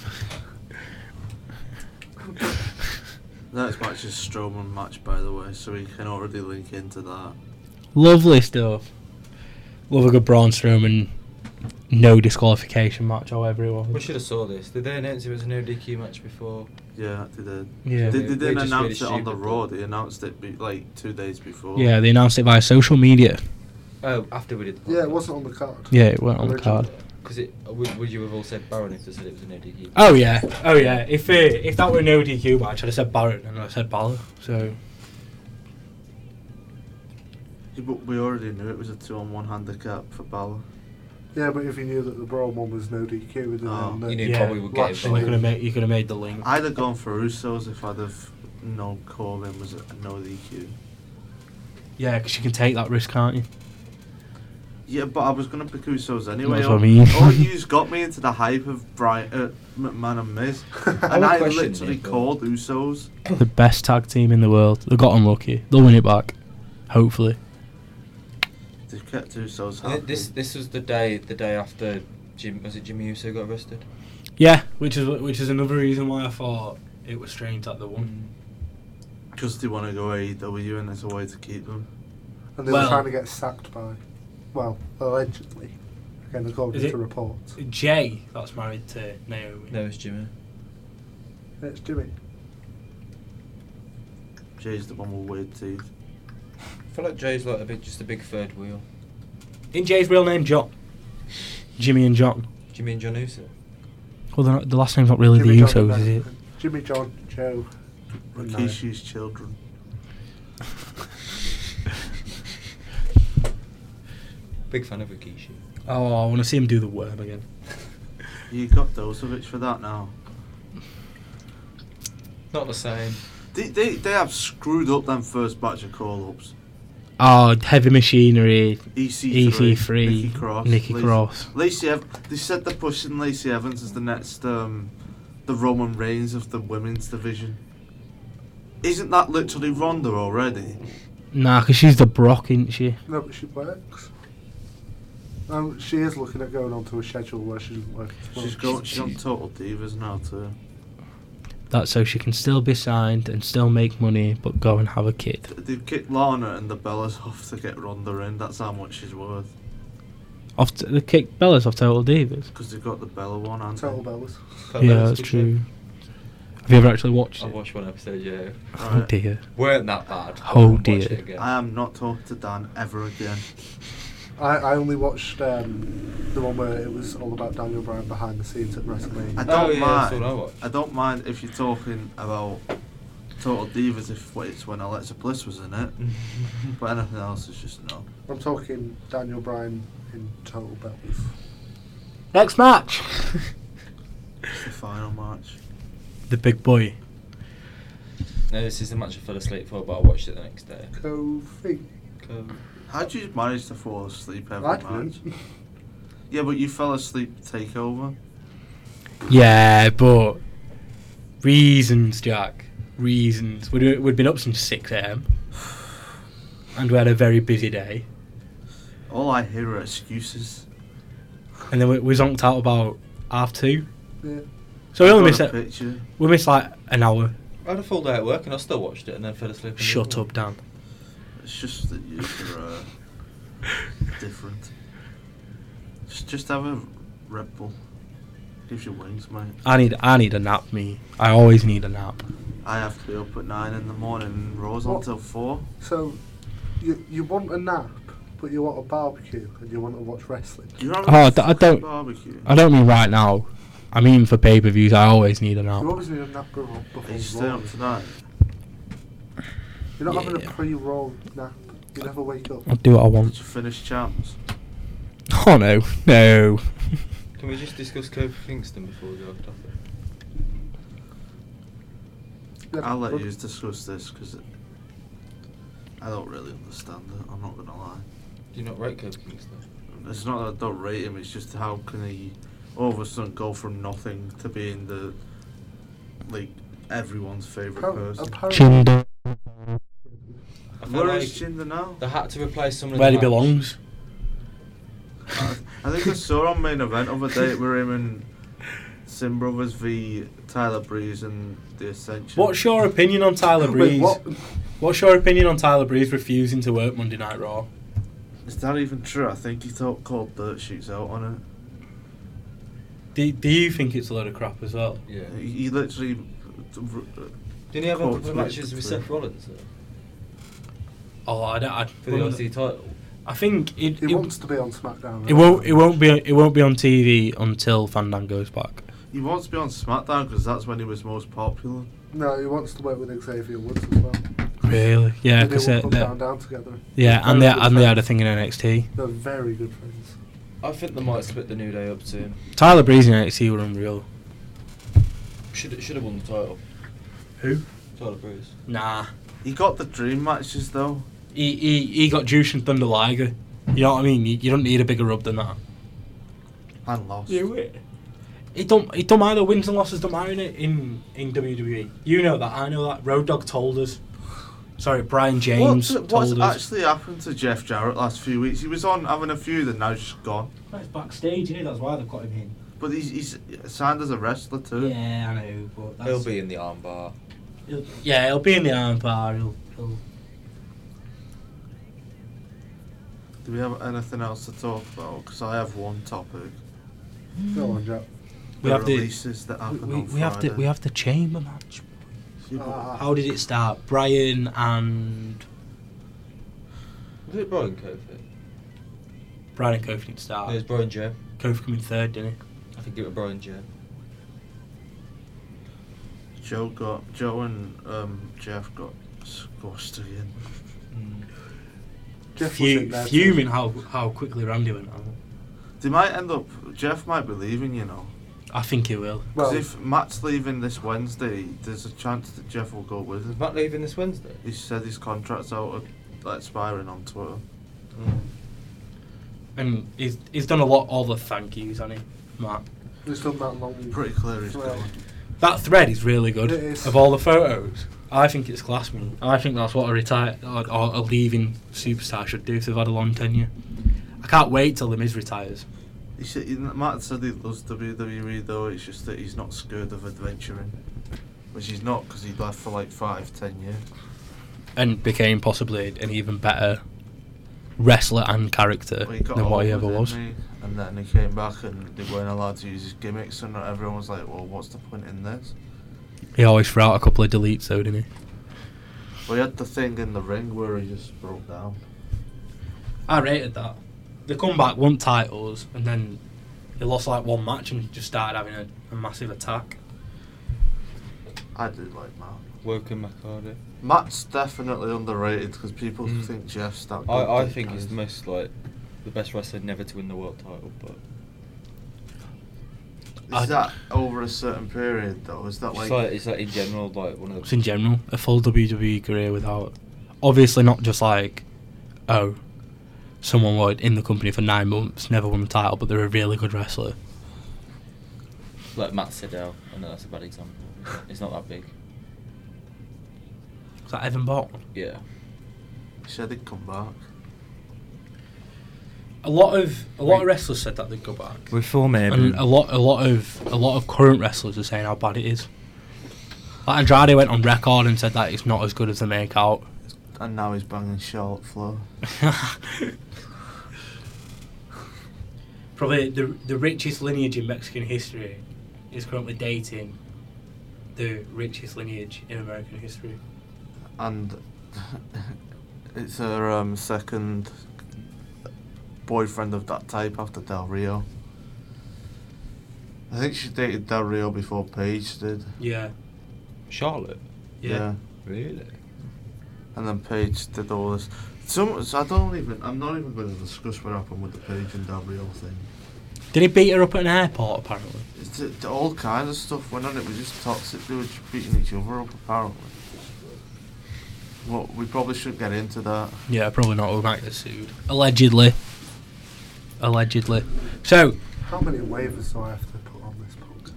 Speaker 4: Next match is Strowman match, by the way, so we can already link into that.
Speaker 1: Lovely stuff. Love a good Braun Strowman no disqualification match, however it was.
Speaker 6: We should have saw this. Did they announce it was an ODQ match before?
Speaker 4: Yeah, they did.
Speaker 1: Yeah.
Speaker 4: They,
Speaker 6: They-
Speaker 4: they
Speaker 6: they
Speaker 4: didn't
Speaker 6: just
Speaker 4: announce
Speaker 6: really
Speaker 4: it on the
Speaker 6: stupid,
Speaker 4: Raw,
Speaker 6: but-
Speaker 4: they announced it be, like two days before.
Speaker 1: Yeah, they announced it via social media.
Speaker 6: Oh, after we did the
Speaker 5: Yeah, it wasn't on the card.
Speaker 1: Yeah, it went on the
Speaker 5: Original.
Speaker 1: card.
Speaker 6: Because it would, would you have all said Baron if they said it was an ODQ? match?
Speaker 1: Oh yeah, oh yeah. If uh, if that were an ODQ match, I'd have said Barrett and I'd have said Balor. So
Speaker 4: Yeah, But we already knew it was a two on one handicap for Balor.
Speaker 5: Yeah, but if you knew that the Brawl one was no DQ, then
Speaker 4: Oh.
Speaker 5: no-
Speaker 6: You knew
Speaker 1: yeah,
Speaker 6: probably would get it.
Speaker 5: Lachlan
Speaker 1: you
Speaker 6: by-
Speaker 1: could have made you could have made the link.
Speaker 4: I'd have gone for Usos if I'd have known Corbin was a no DQ.
Speaker 1: Yeah, because you can take that risk, can't you?
Speaker 4: Yeah, but I was going to pick Usos anyway.
Speaker 1: That's
Speaker 4: all,
Speaker 1: what I mean.
Speaker 4: all you's got me into the hype of Brian, uh, McMahon and Miz.
Speaker 6: I
Speaker 4: and
Speaker 6: have a
Speaker 4: I
Speaker 6: question,
Speaker 4: literally
Speaker 6: Nick, though.
Speaker 4: called Usos.
Speaker 1: the best tag team in the world. They got unlucky. They'll win it back, hopefully.
Speaker 4: They kept Usos
Speaker 6: And
Speaker 4: happy.
Speaker 6: thi- This this was the day the day after Jim was it Jimmy Uso got arrested.
Speaker 1: Yeah, which is which is another reason why I thought it was strange that they won.
Speaker 4: Because they want to go AEW E and there's a way to keep them.
Speaker 5: and they
Speaker 1: Well-
Speaker 5: were trying to get sacked by, well, allegedly, again according
Speaker 1: Is it-
Speaker 5: to reports.
Speaker 1: Jay, that's married to Naomi.
Speaker 6: No, it's Jimmy.
Speaker 5: It's Jimmy.
Speaker 4: Jay's the one with weird teeth.
Speaker 6: I feel like Jay's like a big just a big third wheel.
Speaker 1: In Jay's real name, John. Jimmy and John.
Speaker 6: Jimmy and John Uso.
Speaker 1: Well, they're not, the last name's not really
Speaker 5: Jimmy
Speaker 1: the
Speaker 5: John
Speaker 1: Usos,
Speaker 5: and-
Speaker 1: is it?
Speaker 5: Jimmy John Joe. and Naomi.
Speaker 4: Rikishi's children.
Speaker 6: Big fan of Rikishi.
Speaker 1: Oh, I want to see him do the worm again.
Speaker 4: You got Dozovic for that now.
Speaker 6: Not the same.
Speaker 4: They, they, they have screwed up them first batch of call ups.
Speaker 1: Oh, heavy machinery.
Speaker 4: EC3,
Speaker 1: EC3,
Speaker 4: E Nikki Cross.
Speaker 1: E Nikki
Speaker 4: Lacey-
Speaker 1: Cross.
Speaker 4: Lacey Ev- they said they're pushing Lacey Evans as the next, um, the Roman Reigns of the women's division. Isn't that literally Ronda already?
Speaker 1: Nah, 'cause she's the Brock, isn't she?
Speaker 5: No, but she works. No, she is looking at going onto a schedule where she doesn't work. as well.
Speaker 4: She's got she's on Total Divas now too.
Speaker 1: That's so she can still be signed and still make money, but go and have a kid.
Speaker 4: Th- They've kicked Lana and the Bellas off to get Ronda in. That's how much she's worth.
Speaker 1: Off t- the kick Bella's off Total Divas.
Speaker 4: Because they've got the Bella one, and
Speaker 5: Total bellas.
Speaker 6: Cut
Speaker 1: yeah,
Speaker 6: those
Speaker 1: that's
Speaker 6: big
Speaker 1: true. Have you ever actually watched
Speaker 6: I
Speaker 1: it?
Speaker 6: watched one episode. Yeah,
Speaker 1: Oh dear.
Speaker 6: weren't that bad. I
Speaker 1: Oh
Speaker 6: wouldn't watch
Speaker 1: dear.
Speaker 6: it again.
Speaker 4: I am not talking to Dan ever again.
Speaker 5: I, I only watched um, the one where it was all about Daniel Bryan behind the scenes at
Speaker 4: I
Speaker 5: WrestleMania.
Speaker 4: don't
Speaker 6: oh, yeah, that's
Speaker 4: mind.
Speaker 6: all I watched.
Speaker 4: I don't mind if you're talking about Total Divas if wh- it's when Alexa Bliss was in it, but anything else is just no.
Speaker 5: I'm talking Daniel Bryan in total bellas.
Speaker 1: Next match.
Speaker 4: It's the final match.
Speaker 1: the big boy.
Speaker 6: No, this is the match I fell asleep for, but I watched it the next day.
Speaker 5: Kofi.
Speaker 6: Co-
Speaker 4: How would you manage to fall asleep every
Speaker 5: I
Speaker 4: match?
Speaker 5: didn't.
Speaker 4: Yeah, but you fell asleep takeover.
Speaker 1: Yeah, but reasons, Jack. Reasons. We'd we'd been up since six a.m. and we had a very busy day,
Speaker 4: All I hear are excuses.
Speaker 1: and then we, we zonked out about half two.
Speaker 5: Yeah.
Speaker 1: So we
Speaker 4: I've
Speaker 1: only
Speaker 4: got
Speaker 1: missed
Speaker 4: a
Speaker 1: it.
Speaker 4: picture.
Speaker 1: We missed like an hour.
Speaker 6: I had a full day at work and I still watched it and then fell asleep. in the
Speaker 1: Shut
Speaker 6: middle.
Speaker 1: up, Dan.
Speaker 4: It's just that you are uh, different. Just, just have a Red Bull. Gives you wings, mate.
Speaker 1: I need I need a nap. Me. I always need a nap.
Speaker 4: I have to be up at nine in the morning. and Rose on
Speaker 5: What?
Speaker 4: till four.
Speaker 5: So, you, you want a nap, but you want a barbecue and you want to watch wrestling.
Speaker 4: You're having
Speaker 1: Oh,
Speaker 4: a
Speaker 1: th- I
Speaker 4: fucking
Speaker 1: don't-
Speaker 4: Barbecue.
Speaker 1: I don't mean right now. I mean for pay per views. I always need a nap.
Speaker 5: You always need a nap before before
Speaker 4: Are you
Speaker 5: Raw.
Speaker 4: staying up tonight?
Speaker 5: You're not having
Speaker 1: Yeah.
Speaker 5: a pre-roll nap. You never wake up.
Speaker 1: I do what I
Speaker 4: Did
Speaker 1: want.
Speaker 4: you finish champs?
Speaker 1: Oh no, no.
Speaker 6: Can we just discuss Kofi Kingston before we go off topic?
Speaker 5: Yeah,
Speaker 4: I'll let
Speaker 5: but-
Speaker 4: you discuss this because I don't really understand it. I'm not gonna lie.
Speaker 6: Do you not rate Kofi Kingston?
Speaker 4: It's not that I don't rate him. It's just how can he all of a sudden go from nothing to being the like everyone's favorite
Speaker 5: Appar-
Speaker 4: person.
Speaker 5: apparently,
Speaker 6: I feel
Speaker 4: Where
Speaker 6: like
Speaker 4: is Jinder now?
Speaker 6: They had to replace someone. in
Speaker 1: Where he
Speaker 6: the match.
Speaker 1: belongs.
Speaker 4: I I think I saw on main event other day where him and Sim Brothers v Tyler Breeze and the Ascension.
Speaker 1: What's your opinion on Tyler
Speaker 5: Wait,
Speaker 1: Breeze?
Speaker 5: what?
Speaker 1: What's your opinion on Tyler Breeze refusing to work Monday Night Raw?
Speaker 4: Is that even true? I think he thought called dirt sheets out on it.
Speaker 1: Do, do you think it's a load of crap as well?
Speaker 6: Yeah.
Speaker 4: He he literally.
Speaker 6: Didn't he have a
Speaker 4: Caught
Speaker 6: couple of
Speaker 4: Mike
Speaker 6: matches with
Speaker 4: between.
Speaker 6: Seth Rollins though?
Speaker 1: Oh, I don't. I,
Speaker 6: for the RC title?
Speaker 1: I think it.
Speaker 5: he
Speaker 1: it-
Speaker 5: wants to be on SmackDown.
Speaker 1: It won't. It won't be. It won't be on TV until Fandango's back.
Speaker 4: He wants to be on SmackDown because that's when he was most popular.
Speaker 5: No, he wants to work with Xavier Woods as well.
Speaker 1: Really? Yeah,
Speaker 5: And they
Speaker 1: because
Speaker 5: will come
Speaker 1: yeah,
Speaker 5: down, down together.
Speaker 1: yeah, and they
Speaker 5: They're
Speaker 1: and they
Speaker 5: very
Speaker 1: had a
Speaker 5: good
Speaker 1: thing in
Speaker 5: friends.
Speaker 1: NXT.
Speaker 5: They're very good friends.
Speaker 6: I think they might split the New Day up soon.
Speaker 1: Tyler Breeze in NXT were unreal.
Speaker 6: Should should have won the title.
Speaker 1: Who?
Speaker 6: Tyler Breeze.
Speaker 1: Nah.
Speaker 4: He got the dream matches though.
Speaker 1: He he, he got Juice and Thunder Liger. You know what I mean? You, you don't need a bigger rub than that.
Speaker 4: And lost.
Speaker 1: it. It don't it don't matter. Wins and losses don't matter in it in in WWE. You know that. I know that. Road Dog told us. Sorry, Brian James
Speaker 4: What's, what's
Speaker 1: told us.
Speaker 4: actually happened to Jeff Jarrett last few weeks? He was on having a few, and now he's just gone.
Speaker 1: That's backstage, you know. That's why they've got him
Speaker 4: But he's, he's signed as a wrestler too.
Speaker 1: Yeah, I know. But
Speaker 6: He'll be in the armbar.
Speaker 1: He'll- yeah, he'll be in the iron bar. He'll, he'll
Speaker 4: Do we have anything else to talk about? Because I have one topic.
Speaker 5: Go on, Jack.
Speaker 1: We
Speaker 4: The
Speaker 1: have to-
Speaker 4: releases that
Speaker 1: we,
Speaker 4: happen
Speaker 1: we,
Speaker 4: on
Speaker 1: we have to
Speaker 4: Friday.
Speaker 1: we have the chamber match.
Speaker 4: Yeah, but-
Speaker 5: Ah.
Speaker 6: Uh,
Speaker 1: How did it start? Brian and
Speaker 6: Was it Brian Kofi?
Speaker 1: Brian and Kofi didn't
Speaker 6: No,
Speaker 1: start.
Speaker 6: it was Brian J.
Speaker 1: Kofi came in third, didn't he?
Speaker 6: I think it was Brian J.
Speaker 4: Joe got Joe and um, Jeff got squashed again.
Speaker 6: Mm. Hmm.
Speaker 5: Jeff was
Speaker 1: Fu-
Speaker 5: in there too.
Speaker 1: fuming how how quickly Randy went. out.
Speaker 4: They might end up. Jeff might be leaving, you know.
Speaker 1: I think he will.
Speaker 4: Because
Speaker 5: Well-
Speaker 4: if Matt's leaving this Wednesday, there's a chance that Jeff will go with him.
Speaker 6: Is Matt leaving this Wednesday?
Speaker 4: He said his contract's out of expiring on Twitter.
Speaker 6: Hmm.
Speaker 1: And he's he's done a lot. All the thank yous, hasn't he, Matt?
Speaker 5: It's done that long.
Speaker 4: Pretty clear he's
Speaker 5: Well,
Speaker 4: going.
Speaker 1: That thread is really good.
Speaker 5: It is.
Speaker 1: Of all the photos, I think it's class. Man. I think that's what a retire or, or a leaving superstar should do if they've had a long tenure. I can't wait till the Miz retires.
Speaker 4: He said, he- Matt said he loves WWE though, it's just that he's not scared of adventuring. Which he's not because he left for like five, ten years.
Speaker 1: and became possibly an even better wrestler and character
Speaker 4: Well, he got
Speaker 1: Uh, than what he
Speaker 4: old,
Speaker 1: ever
Speaker 4: didn't
Speaker 1: was.
Speaker 4: he? And then he came back and they weren't allowed to use his gimmicks, and everyone was like, well, what's the point in this?
Speaker 1: He always threw out a couple of deletes, though, didn't he?
Speaker 4: But he had the thing in the ring where he just broke down.
Speaker 1: I rated that. They come back, won titles, and then he lost like one match and just started having a, a massive attack.
Speaker 4: I did like Matt.
Speaker 6: Woken McCarty.
Speaker 4: Matt's definitely underrated because people
Speaker 3: Hmm.
Speaker 6: Mm.
Speaker 4: think Jeff's that good.
Speaker 6: I, I
Speaker 4: these
Speaker 6: think he's the
Speaker 4: days.
Speaker 6: most like the best wrestler never to win the world title, but
Speaker 4: Is
Speaker 1: I-
Speaker 4: that over a certain period though? Is that
Speaker 6: it's
Speaker 4: like.
Speaker 6: like, it's like in general like one of
Speaker 1: Just
Speaker 6: the
Speaker 1: in general, a full WWE career without, obviously not just like, oh, someone was in the company for nine months, never won the title, but they're a really good wrestler.
Speaker 6: like Matt Siddell. I know that's a bad example. It's not that big.
Speaker 1: Is that Evan Bourne?
Speaker 6: Yeah.
Speaker 4: He said he'd come back.
Speaker 1: A lot of a lot of wrestlers said that they'd go back.
Speaker 3: Reform
Speaker 1: And a lot, a lot of, a lot of current wrestlers are saying how bad it is. Like Andrade went on record and said that it's not as good as the make out.
Speaker 4: And now he's banging Charlotte Flair.
Speaker 1: Probably the the richest lineage in Mexican history is currently dating the richest lineage in American history.
Speaker 4: And it's her um, second boyfriend of that type after Del Rio. I think she dated Del Rio before Paige did.
Speaker 1: Yeah,
Speaker 6: Charlotte.
Speaker 1: yeah.
Speaker 6: Really?
Speaker 4: And then Paige did all this. Some, so I don't even. I'm not even going to discuss what happened with the Paige and Del Rio thing.
Speaker 1: Did he beat her up at an airport? Apparently,
Speaker 4: It's, t- t- all kinds of stuff went on. It was just toxic. They were beating each other up apparently. Well, we probably should get into that.
Speaker 1: yeah, probably not. We might get sued. Allegedly, allegedly. So,
Speaker 5: How many waivers do I have to put on this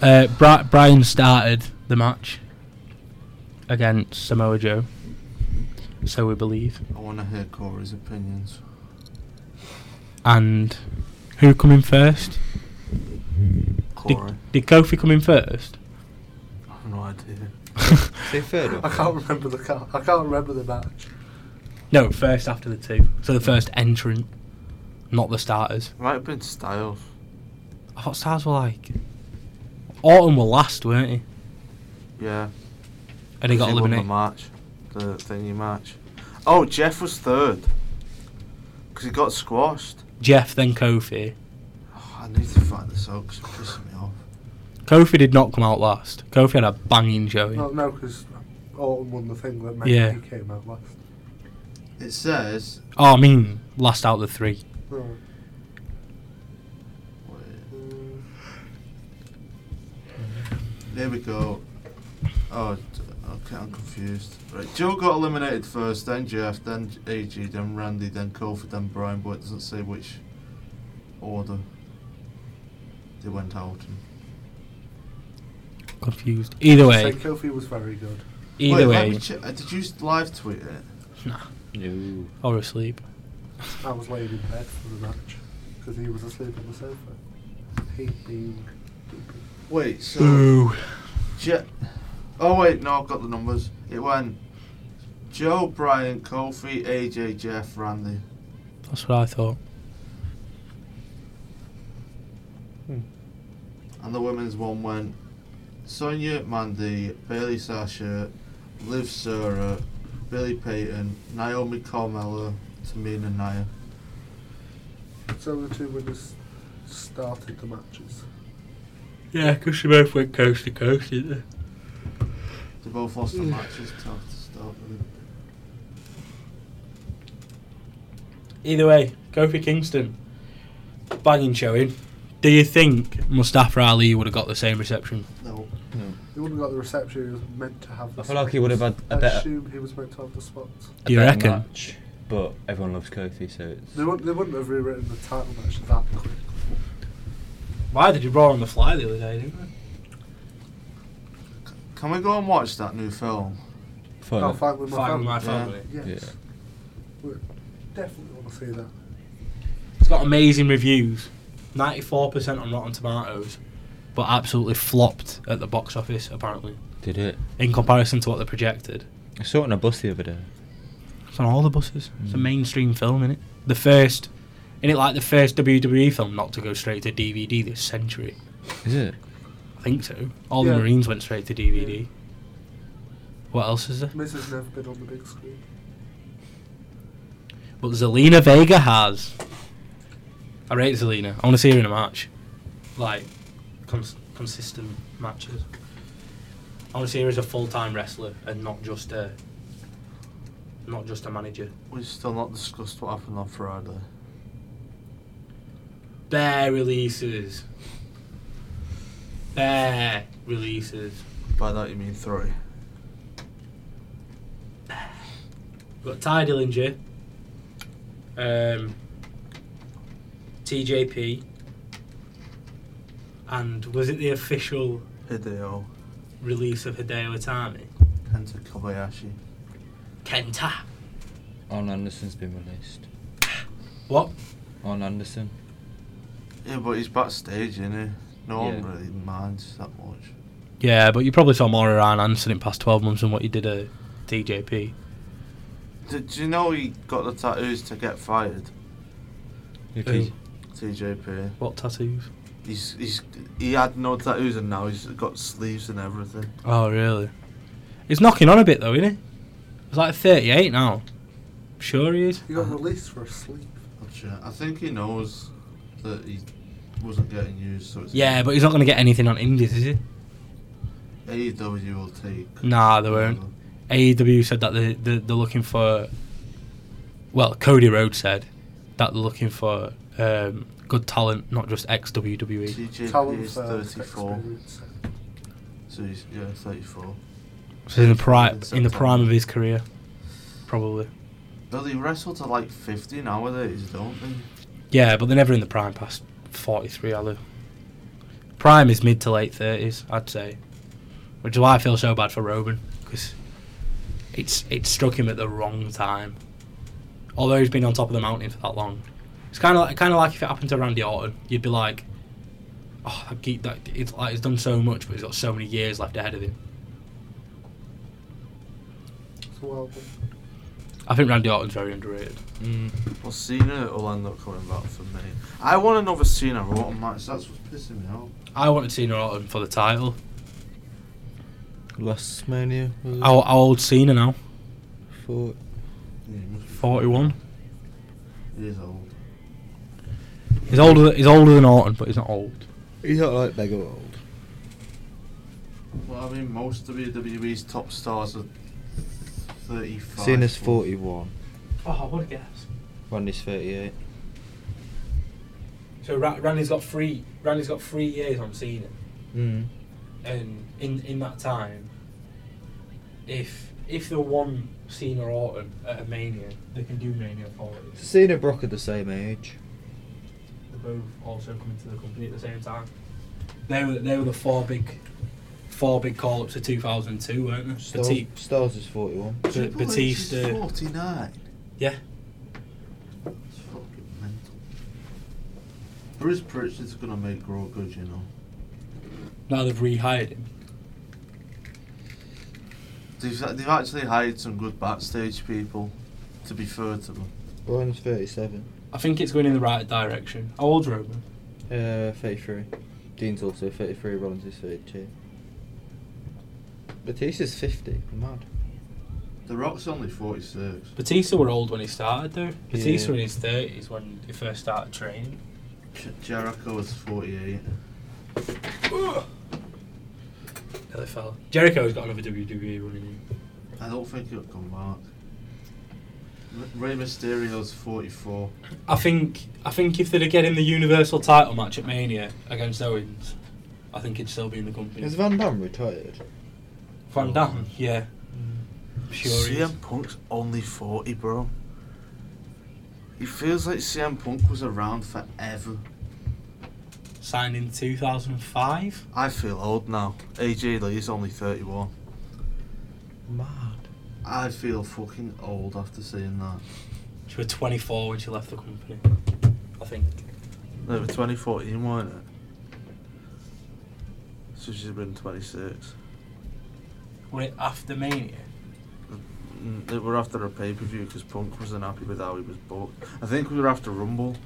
Speaker 5: podcast?
Speaker 1: Uh, Bri- Brian started the match against Samoa Joe, so we believe.
Speaker 4: I want to hear Corey's opinions.
Speaker 1: And who come in first? Did,
Speaker 4: Corey.
Speaker 1: did Kofi come in first?
Speaker 4: I have no idea.
Speaker 3: Say third or
Speaker 5: I can't remember the ca- I can't remember the match.
Speaker 1: No, first after the two. So the first entrant, not the starters.
Speaker 4: Might have been Styles.
Speaker 1: I thought stars were like. Autumn were last, weren't he?
Speaker 4: Yeah.
Speaker 1: And he
Speaker 4: 'cause
Speaker 1: got
Speaker 4: won the
Speaker 1: eliminated.
Speaker 4: match. The thingy match. Oh, Jeff was third. Because he got squashed.
Speaker 1: Jeff, then Kofi.
Speaker 4: Oh, I need to find this out because it pissed me off.
Speaker 1: Kofi did not come out last. Kofi had a banging showing.
Speaker 5: Well, no, because Orton won the thing that meant
Speaker 1: Yeah.
Speaker 5: he came out last.
Speaker 4: It says.
Speaker 1: Oh, I mean, last out of the three.
Speaker 5: No.
Speaker 4: Wait,
Speaker 5: Mm.
Speaker 4: there we go. Oh, d- okay, I'm confused. Right, Joe got eliminated first, then Jeff, then AG, then Randy, then Kofi, then Brian, but it doesn't say which order they went out in.
Speaker 1: Confused. Either way,
Speaker 5: So Kofi was very good.
Speaker 1: either
Speaker 4: Wait, let
Speaker 1: way.
Speaker 4: me che- uh, did you s- live tweet it?
Speaker 1: Nah,
Speaker 3: No.
Speaker 1: I was asleep.
Speaker 5: I was laying in bed for the match because he was asleep on the sofa. He being stupid.
Speaker 4: Wait, so. Je- oh wait, no, I've got the numbers. It went Joe, Brian, Kofi, AJ, Jeff, Randy.
Speaker 1: That's what I thought. Hmm.
Speaker 4: And the women's one went Sonia, Mandy, Bailey, Sasha, Liv, Sarah, Billy Payton, Naomi, Carmella, Tamina, Naya.
Speaker 5: So the two winners started the matches.
Speaker 1: Yeah, because they both went coast to coast, didn't
Speaker 4: They both lost their matches to have to start with.
Speaker 1: they? Either way, Kofi Kingston. Banging showing. Do you think Mustafa Ali would have got the same reception?
Speaker 4: No.
Speaker 3: No.
Speaker 5: He wouldn't have got the reception he was meant to have. The
Speaker 6: I feel like he would have had a
Speaker 5: I
Speaker 6: better-
Speaker 5: assume he was meant to have the spots.
Speaker 1: Do you
Speaker 6: better
Speaker 1: reckon?
Speaker 6: Match, but everyone loves Kofi, so it's.
Speaker 5: They wouldn't, they wouldn't have rewritten the title match that quick.
Speaker 1: Why did you brawl on the fly the other day, didn't they?
Speaker 4: Can we go and watch that new film?
Speaker 6: Fun.
Speaker 5: I'll fight with my
Speaker 1: Fight
Speaker 5: family.
Speaker 1: with my
Speaker 4: Yeah.
Speaker 1: family.
Speaker 5: Yes.
Speaker 6: Yeah.
Speaker 5: We definitely want to see that.
Speaker 1: It's got amazing reviews. 94% on Rotten Tomatoes, but absolutely flopped at the box office, apparently,
Speaker 6: Did it.
Speaker 1: in comparison to what they projected.
Speaker 6: I saw it on a bus the other day.
Speaker 1: It's on all the buses. It's a
Speaker 6: Mm.
Speaker 1: mainstream film, innit? The first, innit, like the first WWE film not to go straight to DVD this century.
Speaker 6: Is it?
Speaker 1: I think so. All
Speaker 5: Yeah.
Speaker 1: the Marines went straight to DVD. What else is there?
Speaker 5: Miz has never been on the big screen.
Speaker 1: But Zelina Vega has. I rate Zelina. I want to see her in a match. Like, cons- consistent matches. I want to see her as a full-time wrestler and not just a, not just a manager.
Speaker 4: We've still not discussed what happened on Friday.
Speaker 1: Bear releases. Bear releases.
Speaker 4: By that you mean three.
Speaker 1: We've got Ty Dillinger, um, TJP, and was it the official
Speaker 4: Hideo,
Speaker 1: release of Hideo Itami?
Speaker 4: Kenta Kobayashi.
Speaker 1: Kenta.
Speaker 6: Arn Anderson's been released.
Speaker 1: What?
Speaker 6: Arn Anderson.
Speaker 4: Yeah, but he's backstage, isn't he? No one
Speaker 6: Yeah.
Speaker 4: really minds that much.
Speaker 1: Yeah, but you probably saw more around Anderson in past 12 months than what you did at TJP.
Speaker 4: Did you know he got the tattoos to get fired?
Speaker 1: Who?
Speaker 4: TJP.
Speaker 1: What tattoos?
Speaker 4: He's he's he had no tattoos and now he's got sleeves and everything.
Speaker 1: Oh, really? He's knocking on a bit, though, isn't he? He's like 38 now. Sure he is.
Speaker 5: He got
Speaker 4: Uh-huh.
Speaker 5: released for a sleep.
Speaker 4: I'm sure- I think he knows that he wasn't getting used. So it's
Speaker 1: Yeah, but he's not going to get anything on Indies, is he?
Speaker 4: E AEW will take.
Speaker 1: Nah, they won't. AEW E said that they, they, they're looking for. Well, Cody Rhodes said that they're looking for um, good talent, not just E. ex WWE.
Speaker 4: TJP
Speaker 5: Talent
Speaker 4: is
Speaker 5: for
Speaker 4: 34,
Speaker 5: experience.
Speaker 4: so he's yeah 34.
Speaker 1: So in the prime,
Speaker 4: In
Speaker 1: in the prime
Speaker 4: September.
Speaker 1: of his career, probably.
Speaker 4: Though they wrestle to like 50 nowadays, don't they?
Speaker 1: Yeah, but they're never in the prime past 43, Alu. Prime is mid to late 30s, I'd say. Which is why I feel so bad for Robin, because it's, it struck him at the wrong time. Although he's been on top of the mountain for that long. It's kind of like, kind of like if it happened to Randy Orton, you'd be like, oh, that geek, that, it's like he's done so much, but he's got so many years left ahead of him.
Speaker 5: So well, but
Speaker 1: I think Randy Orton's very underrated.
Speaker 3: Mm.
Speaker 4: Well, Cena will end up coming back for me. I want another Cena Orton match. That's what's pissing me off.
Speaker 1: I wanted Cena Orton for the title.
Speaker 3: Last mania. was
Speaker 1: How, how old Cena now?
Speaker 3: for
Speaker 1: 41.
Speaker 4: He is old.
Speaker 1: He's older. He's older than Orton, but he's not old.
Speaker 3: He's not like Mega Old.
Speaker 4: Well, I mean, most of WWE's top stars are 35.
Speaker 3: Cena's 41.
Speaker 1: Oh, what a guess!
Speaker 3: Randy's 38.
Speaker 1: So Ra- Randy's got three. Randy's got three years on Cena,
Speaker 3: Mm.
Speaker 1: and in in that time, if if the one Cena Orton at a Mania, they can do Mania forty.
Speaker 3: Cena Brock are the same age.
Speaker 1: They're both also coming to the company at the same time. They were they were the four big, four big call ups of two thousand two, weren't they?
Speaker 3: Star-
Speaker 1: Petit-
Speaker 3: Stars is 41.
Speaker 4: Triple H is
Speaker 1: Batista.
Speaker 4: 49.
Speaker 1: yeah.
Speaker 4: It's fucking mental. Bruce Pritchard's gonna make Raw good, you know.
Speaker 1: Now they've rehired him.
Speaker 4: They've, they've actually hired some good backstage people, to be fair to them.
Speaker 3: Brian's 37.
Speaker 1: I think it's going in the right direction. How old's Roman?
Speaker 3: Uh, 33. Dean's also 33. Rollins is 32. Batista's 50. Mad.
Speaker 4: The Rock's only 46.
Speaker 1: Batista were old when he started, though. Batista
Speaker 3: Yeah.
Speaker 1: in his thirties when he first started training.
Speaker 4: J- Jericho is 48.
Speaker 1: Nearly fell. Jericho's got another E WWE running.
Speaker 4: I don't think he'll come back. R- Rey Mysterio's 44.
Speaker 1: In. I think I think if they'd have get him the Universal Title match at Mania against Owens, I think he'd still be in the company.
Speaker 3: Is Van Damme retired?
Speaker 1: Van Damme, yeah, sure he is.
Speaker 4: CM Punk's only 40, bro. It feels like CM Punk was around forever.
Speaker 1: Signed in 2005.
Speaker 4: I feel old now. AJ Lee is only 31.
Speaker 3: Mad.
Speaker 4: I feel fucking old after seeing that.
Speaker 1: She was 24 when she left the company. I think.
Speaker 4: No, it was 2014, weren't it? So she's been 26.
Speaker 1: Were it after Mania?
Speaker 4: Mm, They were after a pay per view because Punk was unhappy with how he was booked. I think we were after Rumble.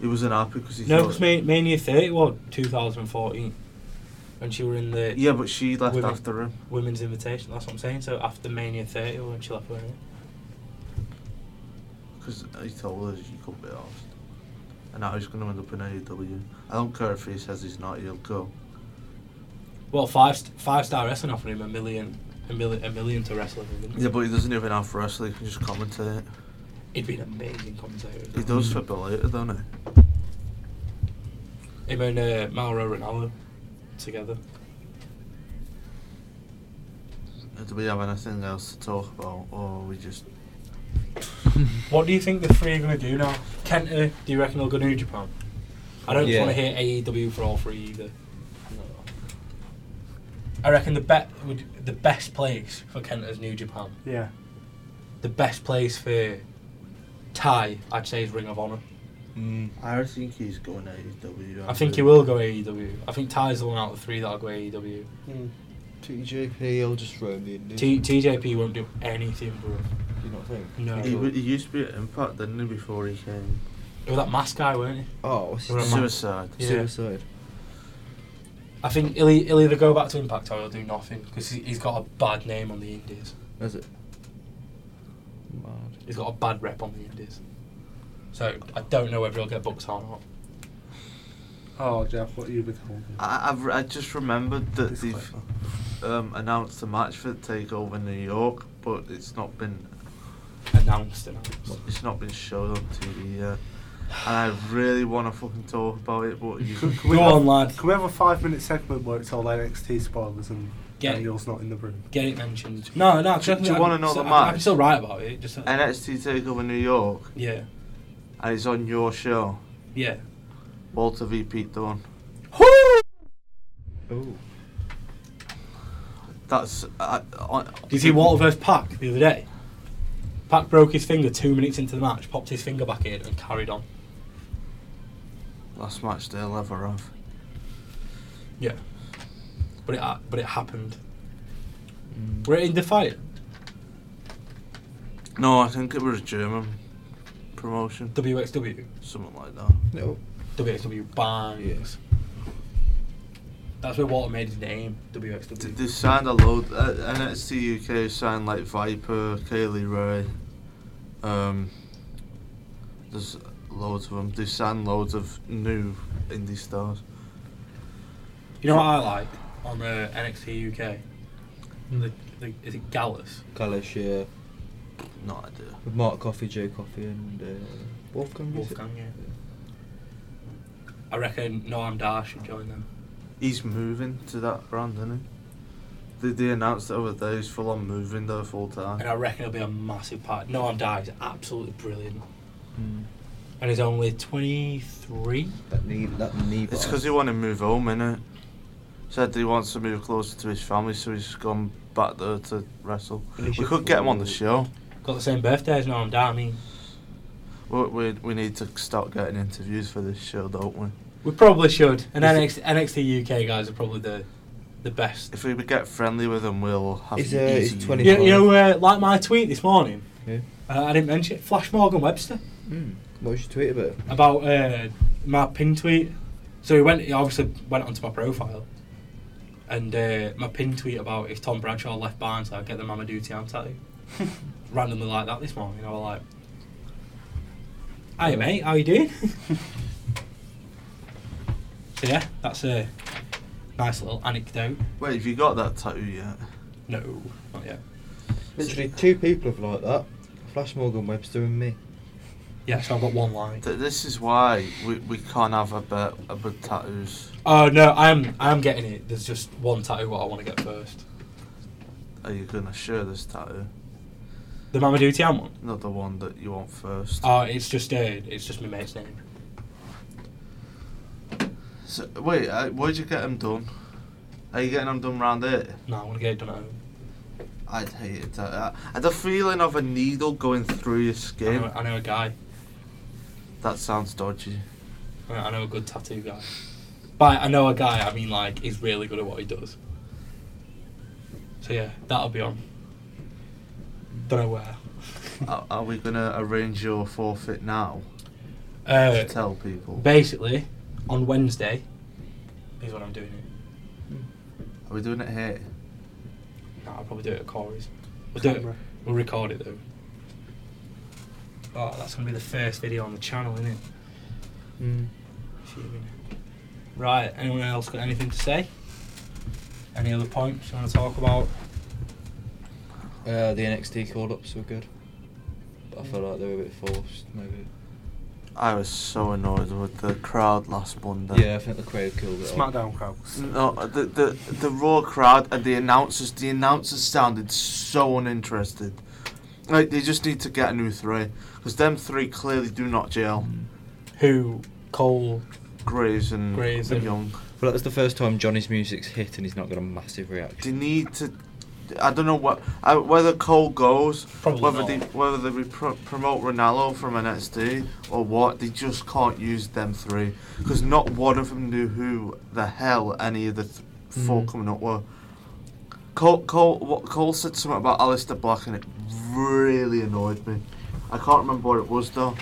Speaker 4: He was unhappy because he
Speaker 1: No,
Speaker 4: thought-
Speaker 1: because Mania 30 was 2014, when she were in the
Speaker 4: Yeah, but she left
Speaker 1: Women.
Speaker 4: after him.
Speaker 1: women's invitation. That's what I'm saying. So after Mania 30, when she left, weren't it?
Speaker 4: Because he told us you couldn't be asked. And now he's going to end up in AEW. I don't care if he says he's not, he'll go.
Speaker 1: Well, five st- five star wrestling offered him a million, a million, a million to wrestle with. Didn't
Speaker 4: Yeah, but he doesn't even have wrestling, he can just commentate.
Speaker 1: it'd be an amazing Mm. commentator.
Speaker 4: He does for Bill later, don't he?
Speaker 1: Him and uh, Mauro Ronaldo together.
Speaker 4: Do we have anything else to talk about, or we just
Speaker 1: What do you think the three are gonna do now? Kenta, do you reckon he'll go to New Japan? I don't
Speaker 3: Yeah.
Speaker 1: want to hear AEW for all three either. I reckon the bet would the best place for Kenta is New Japan.
Speaker 5: yeah,
Speaker 1: The best place for Ty, I'd say, is Ring of Honor.
Speaker 3: Mm.
Speaker 4: I think he's going E AEW.
Speaker 1: I think he will go E AEW. I think Ty's the one out of the three that'll go E AEW.
Speaker 4: Hmm.
Speaker 3: TJP, I'll just roam the Indies.
Speaker 1: T- TJP won't do anything, bro.
Speaker 3: Do you not think?
Speaker 1: No.
Speaker 4: He, w- he used to be at Impact, didn't he, before he came?
Speaker 1: It was that mask guy, weren't it?
Speaker 3: Oh, what's his
Speaker 1: Right,
Speaker 3: name?
Speaker 1: man.
Speaker 4: Suicide.
Speaker 1: Yeah.
Speaker 3: Suicide.
Speaker 1: I think he'll, e- he'll either go back to Impact or he'll do nothing because he's got a bad name on the Indies.
Speaker 3: That's it. Mad.
Speaker 1: He's got a bad rep on the Indies. So I don't know whether he'll get booked or not.
Speaker 5: Oh, Jeff, what are you withholding?
Speaker 4: I, I've, re- I just remembered that
Speaker 5: This
Speaker 4: they've um, announced the match for Takeover New York, but it's not been
Speaker 1: Announced, announced.
Speaker 4: it's not been shown on TV yet. And I really want to fucking talk about it, but you
Speaker 5: Could- could
Speaker 1: Go
Speaker 5: have,
Speaker 1: on, lad.
Speaker 5: Can we have a five-minute segment where it's all NXT spoilers and
Speaker 1: Get it.
Speaker 5: Daniel's not in the room?
Speaker 1: Get it mentioned. No, no. 'cause
Speaker 4: Do-
Speaker 1: I can-
Speaker 4: do you
Speaker 1: I
Speaker 4: wanna
Speaker 1: can
Speaker 4: know
Speaker 1: still-
Speaker 4: the
Speaker 1: I can- I
Speaker 4: match?
Speaker 1: can still write about it. Just
Speaker 4: NXT Takeover New York,
Speaker 1: Yeah,
Speaker 4: and it's on your show.
Speaker 1: yeah.
Speaker 4: Walter v. Pete Dawn.
Speaker 3: Oh.
Speaker 4: That's. Uh, on,
Speaker 1: Did you see Walter versus Pac the other day? Pac broke his finger two minutes into the match, popped his finger back in, and carried on.
Speaker 4: Last match they'll ever have.
Speaker 1: Yeah, but it ha- but it happened.
Speaker 4: Mm.
Speaker 1: Were it in Defiant?
Speaker 4: No, I think it was a German promotion.
Speaker 1: WXW,
Speaker 4: Something like that.
Speaker 3: No.
Speaker 1: WXW bangs. That's where Walter made his name. WXW.
Speaker 4: Did they sign a load? Uh, NXT UK signed like Viper, Kaylee Ray. Um, there's loads of them. They signed loads of new indie stars.
Speaker 1: You know what I like on uh, the NXT UK? The, the, is it Gallus?
Speaker 3: Kalish, yeah.
Speaker 4: No idea.
Speaker 3: With uh, Mark Coffey, Joe Coffey, and uh, Wolfgang. is it?
Speaker 1: Wolfgang, yeah. I reckon Noam Dar should join them.
Speaker 4: He's moving to that brand, isn't he? They, they announced the other day he's full on moving there full time.
Speaker 1: And I reckon it'll be a massive part. Noam Dar is absolutely brilliant.
Speaker 3: Mm.
Speaker 1: And he's only 23.
Speaker 3: That knee, that knee. bar.
Speaker 4: It's because he wanted to move home, innit? Said that he wants to move closer to his family, so he's gone back there to wrestle.
Speaker 3: And he
Speaker 4: We
Speaker 3: should
Speaker 4: could get him on the show.
Speaker 1: Got the same birthday as Noam Dar. I mean,
Speaker 4: We, we, we need to start getting interviews for this show, don't we?
Speaker 1: we probably should. And
Speaker 4: Is
Speaker 1: NXT, NXT UK guys are probably the the best.
Speaker 4: If we would get friendly with him, we'll have
Speaker 3: Is,
Speaker 4: an
Speaker 3: uh, is
Speaker 4: easy
Speaker 3: 20
Speaker 1: You,
Speaker 4: year.
Speaker 1: you know, uh, like my tweet this morning,
Speaker 3: Yeah.
Speaker 1: uh, I didn't mention it. Flash Morgan Webster.
Speaker 3: Mm. What was your tweet about? it?
Speaker 1: about uh, my pin tweet. So he went, he obviously went onto my profile, and uh, my pin tweet about if Tom Bradshaw left Barnsley, I'd get the Mamadou Tiam tattoo. Randomly like that this morning, I was like, "Hey mate, how you doing?" so yeah, that's a nice little anecdote.
Speaker 4: Wait, have you got that tattoo yet?
Speaker 1: No, not yet.
Speaker 3: Literally two people have liked that. Flash Morgan Webster and me.
Speaker 1: Yeah, so I've got one line.
Speaker 4: Th- this is why we, we can't have a bit about tattoos.
Speaker 1: Oh no, I'm I'm getting it. There's just one tattoo what I want to get first.
Speaker 4: Are you gonna share this tattoo?
Speaker 1: The Mamadou Tiam one.
Speaker 4: Not the one that you want first.
Speaker 1: Oh, it's just uh, it's just my mate's name.
Speaker 4: So, wait, uh, where'd you get them done? Are you getting them done round here?
Speaker 1: No, I want to get it done at home.
Speaker 4: I'd hate it. I I had a feeling of a needle going through your
Speaker 1: I
Speaker 4: skin.
Speaker 1: know, I know a guy.
Speaker 4: That sounds dodgy.
Speaker 1: I know, I know a good tattoo guy. By I know a guy, I mean like he's really good at what he does. So yeah, that'll be on. Don't know where.
Speaker 4: are, are we gonna arrange your forfeit now
Speaker 1: Uh,
Speaker 4: to tell people?
Speaker 1: basically, on Wednesday is when I'm doing it.
Speaker 4: Are we doing it here?
Speaker 1: No, I'll probably do it at Corey's. We'll do it.
Speaker 5: Camera.
Speaker 1: We'll record it though. Oh, that's gonna be the first video on the channel, isn't it?
Speaker 3: Mm.
Speaker 1: Fuming. Right, anyone else got anything to say? Any other points you want to talk about?
Speaker 3: Uh, the NXT call ups were good. But I felt like they were a bit forced, maybe.
Speaker 4: I was so annoyed with the crowd last Monday.
Speaker 3: Yeah, I think the crowd killed it. off.
Speaker 5: SmackDown crowds.
Speaker 4: No, the, the the raw crowd and the announcers. The announcers sounded so uninterested. Like they just need to get a new three because them three clearly do not gel.
Speaker 3: Hmm. Mm.
Speaker 1: Who? Cole.
Speaker 4: Graves and
Speaker 1: Graves and-
Speaker 4: Young.
Speaker 3: But that was the first time Johnny's music's hit and he's not got a massive
Speaker 4: They
Speaker 3: reaction.
Speaker 4: need to. I don't know what uh, whether Cole goes,
Speaker 1: Probably
Speaker 4: whether
Speaker 1: not.
Speaker 4: they whether they re- pro- promote Ronaldo from NXT or what. They just can't use them three because not one of them knew who the hell any of the th- four
Speaker 3: Mm.
Speaker 4: coming up were. Cole Cole what Cole said something about Alistair Black and it really annoyed me. I can't remember what it was though.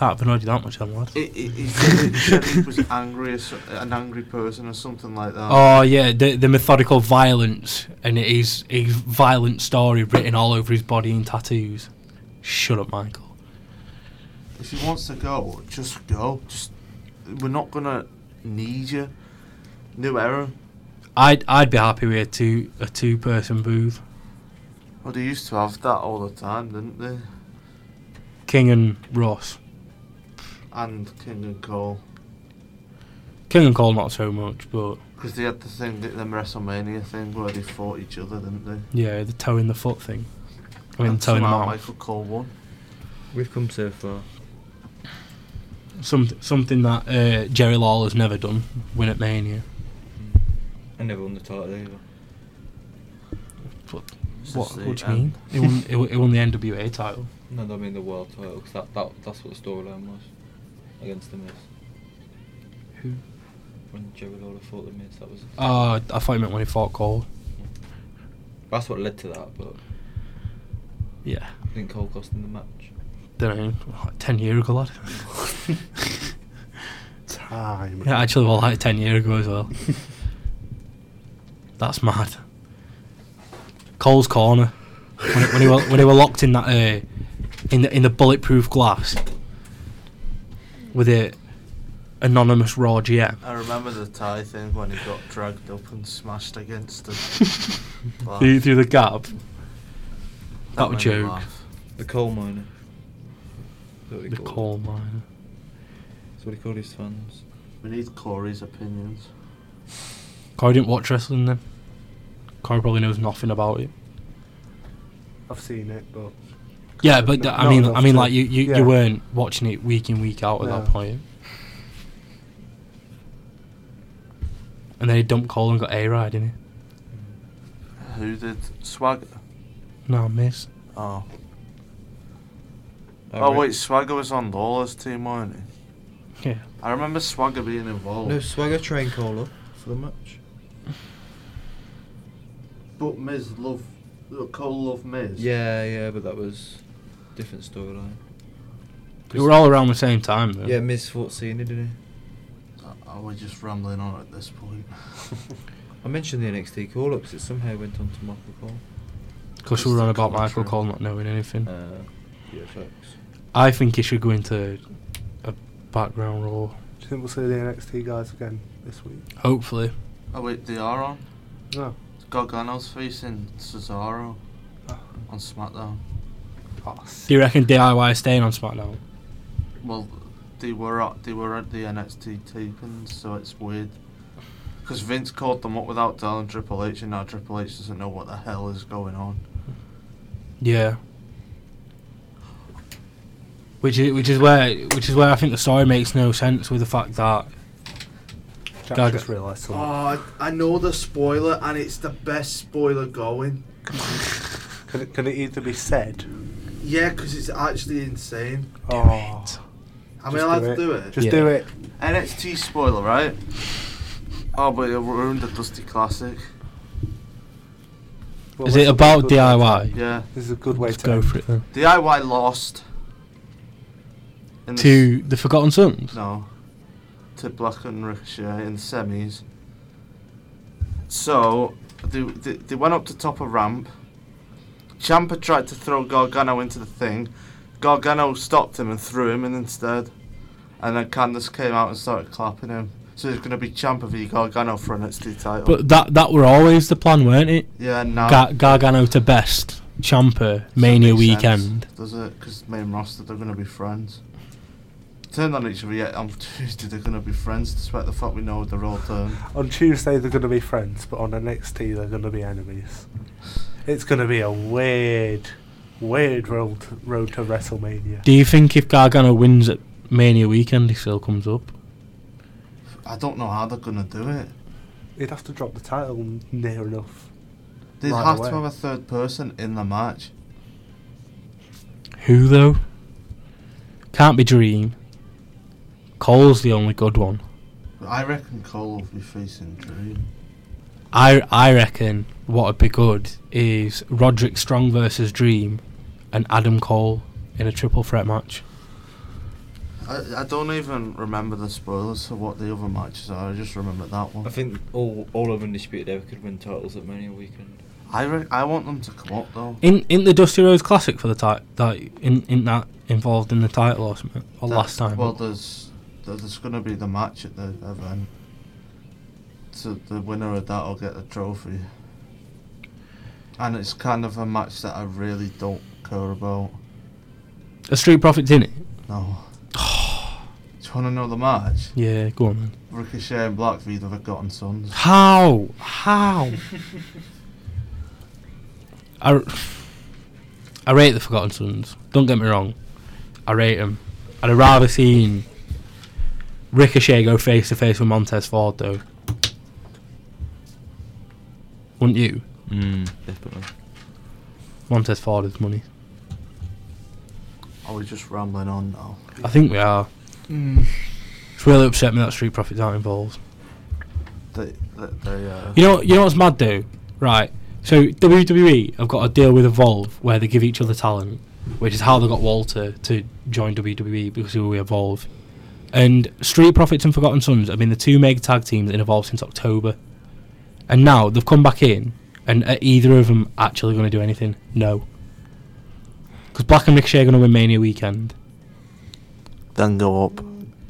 Speaker 1: Can't have annoyed you that much, then, lad.
Speaker 4: He, he, he said he said he was angry, or so- an angry person or something like that.
Speaker 1: Oh yeah, the, the methodical violence and his his violent story written all over his body in tattoos. Shut up, Michael.
Speaker 4: If he wants to go, just go. Just we're not gonna need you. New era.
Speaker 1: I'd I'd be happy with a two a two person booth.
Speaker 4: Well, they used to have that all the time, didn't they?
Speaker 1: King and Ross.
Speaker 4: And King and Cole,
Speaker 1: King and Cole not so much, but
Speaker 4: because they had the thing, that the WrestleMania thing where they fought each other, didn't they?
Speaker 1: yeah, the toe in the foot thing. I mean,
Speaker 4: And
Speaker 1: toe in the
Speaker 4: somehow
Speaker 1: mouth.
Speaker 4: Michael Cole won.
Speaker 3: We've come so far.
Speaker 1: Some, something that uh, Jerry Lawler's never done, win at Mania.
Speaker 6: Mm. I never won the title either.
Speaker 1: But
Speaker 6: It's
Speaker 1: what,
Speaker 6: just the
Speaker 1: what do you
Speaker 6: end.
Speaker 1: mean? He won, he, won- he won the NWA title.
Speaker 6: No, I mean the world title, 'cause that, that, that's what the storyline was against The Miz.
Speaker 1: Who?
Speaker 6: When Jerry Lawler fought The Miz, that was.
Speaker 1: Oh, I thought you meant when he fought Cole.
Speaker 6: That's what led to that, but
Speaker 1: Yeah.
Speaker 6: I think Cole cost him the match.
Speaker 1: Don't know, like 10 year ago, lad.
Speaker 5: Time.
Speaker 1: yeah, actually, well, like 10 year ago as well. That's mad. Cole's corner when, it, when, he were, when he were locked in that uh, in the in the bulletproof glass with a anonymous raw GM.
Speaker 4: I remember the tie thing when he got dragged up and smashed against the.
Speaker 1: through, through the gap. that
Speaker 4: made me
Speaker 1: joke.
Speaker 4: laugh.
Speaker 6: The coal miner. That's what he
Speaker 1: The
Speaker 6: called it.
Speaker 1: coal miner.
Speaker 6: That's what he called his fans.
Speaker 4: We need Corey's opinions.
Speaker 1: Corey didn't watch wrestling then. Corey probably knows nothing about it.
Speaker 5: I've seen it, but
Speaker 1: Yeah, but th- I
Speaker 5: Not
Speaker 1: mean,
Speaker 5: enough
Speaker 1: I mean,
Speaker 5: to-
Speaker 1: like you, you,
Speaker 5: yeah.
Speaker 1: you weren't watching it week in week out at that
Speaker 5: No.
Speaker 1: point. And then he dumped Cole and got a ride, didn't
Speaker 4: Who did Swagger?
Speaker 1: he? No, miss.
Speaker 4: Oh.
Speaker 6: I
Speaker 4: oh
Speaker 6: re-
Speaker 4: wait, Swagger was on Lawler's team, weren't he?
Speaker 1: Yeah.
Speaker 4: I remember Swagger being involved.
Speaker 6: No, Swagger trained Cole up for the match.
Speaker 4: But Miz love Cole love Miz.
Speaker 6: Yeah, yeah, but that was different storyline.
Speaker 1: We were all around the same time though.
Speaker 6: Yeah, Miz fought Cena, didn't he?
Speaker 4: I, I was just rambling on at this point.
Speaker 6: I mentioned the NXT call-ups. It somehow went on to Michael Cole.
Speaker 1: Because we were on
Speaker 4: Just
Speaker 1: about Michael
Speaker 4: commentary.
Speaker 1: Cole not knowing anything.
Speaker 6: Uh, yeah, facts.
Speaker 1: I think he should go into a background role.
Speaker 5: do you think we'll see the NXT guys again this week?
Speaker 1: Hopefully.
Speaker 4: oh wait, they are on.
Speaker 5: No.
Speaker 4: Gargano's facing Cesaro on SmackDown.
Speaker 5: Oh,
Speaker 1: Do you reckon DIY is staying on SmackDown?
Speaker 4: Well, they were at they were at the NXT tapings, so it's weird. Because Vince called them up without telling Triple H, and now Triple H doesn't know what the hell is going on.
Speaker 1: Yeah. Which is which is where which is where I think the story makes no sense with the fact that
Speaker 5: Jack
Speaker 1: Gaga-
Speaker 5: just realised something.
Speaker 4: Oh, I know the spoiler, and it's the best spoiler going.
Speaker 5: Can it, can it either be said?
Speaker 4: Yeah, because it's actually insane.
Speaker 5: Oh.
Speaker 4: Am
Speaker 5: just Just
Speaker 1: Yeah.
Speaker 5: do it.
Speaker 4: NXT spoiler, right? Oh, but it ruined the Dusty Classic.
Speaker 5: Well,
Speaker 1: is
Speaker 5: this
Speaker 1: it
Speaker 5: a
Speaker 1: about
Speaker 5: good way-
Speaker 1: DIY?
Speaker 4: Yeah,
Speaker 5: This is a good way
Speaker 1: Let's
Speaker 5: to
Speaker 1: go
Speaker 5: end.
Speaker 1: for it then.
Speaker 4: DIY lost. In the
Speaker 1: To the Forgotten Sons.
Speaker 4: s- no, to Black and Ricochet in the semis. So they, they they went up to top of ramp. Champa tried to throw Gargano into the thing. Gargano stopped him and threw him in instead. And then Candice came out and started clapping him. So it's going to be Champa v Gargano for an NXT title.
Speaker 1: But that that were always the plan, weren't it?
Speaker 4: yeah, now
Speaker 1: Ga- Gargano to best, Champa Mania
Speaker 4: Doesn't make sense,
Speaker 1: weekend.
Speaker 4: Does it? Because main roster, they're going to be friends. Turned on each other yet on Tuesday, they're going to be friends, despite the fact we know they're all turned.
Speaker 5: On Tuesday they're going to be friends, but on NXT they're going to be enemies. It's going to be a weird, weird road road to WrestleMania.
Speaker 1: Do you think if Gargano wins at Mania weekend, he still comes up?
Speaker 4: I don't know how they're going to do it.
Speaker 5: He'd have to drop the title n- near enough.
Speaker 4: They'd
Speaker 5: Right
Speaker 4: have
Speaker 5: away.
Speaker 4: to have a third person in the match.
Speaker 1: Who though? Can't be Dream. Cole's the only good one.
Speaker 4: I reckon Cole will be facing Dream.
Speaker 1: I I reckon what would be good is Roderick Strong versus Dream, and Adam Cole in a triple threat match.
Speaker 4: I, I don't even remember the spoilers for what the other matches are. I just remember that one.
Speaker 6: I think all all of Undisputed Era could win titles at Mania Weekend.
Speaker 4: I re- I want them to come up though.
Speaker 1: In in the Dusty Rhodes Classic for the title, that in in that involved in the title or something, or
Speaker 4: That-
Speaker 1: last time.
Speaker 4: Well, there's there- there's going to be the match at the event. So the winner of that will get the trophy. And it's kind of a match that I really don't care about.
Speaker 1: a Street Profits in it.
Speaker 4: No. Do you want to know the match?
Speaker 1: Yeah, go on. Then.
Speaker 4: Ricochet and Black v the Forgotten Sons.
Speaker 1: How? How? I, r- I rate the Forgotten Sons. Don't get me wrong. I rate them. I'd have rather seen Ricochet go face to face with Montez Ford though. Wouldn't you?
Speaker 6: Mm, definitely.
Speaker 1: Montez Ford is money.
Speaker 4: Are we just rambling on now?
Speaker 1: I think we are. It's really upset me that Street Profits aren't involved.
Speaker 4: They, they, they uh,
Speaker 1: You know, you know what's mad, though? Right. So WWE have got a deal with Evolve where they give each other talent, which is how they got Walter to join WWE because he will Evolve. And Street Profits and Forgotten Sons have been the two mega tag teams in Evolve since October, and now they've come back in. And are either of them actually going to do anything? No. Because Black and Ricochet are going to win Mania weekend,
Speaker 4: then go up.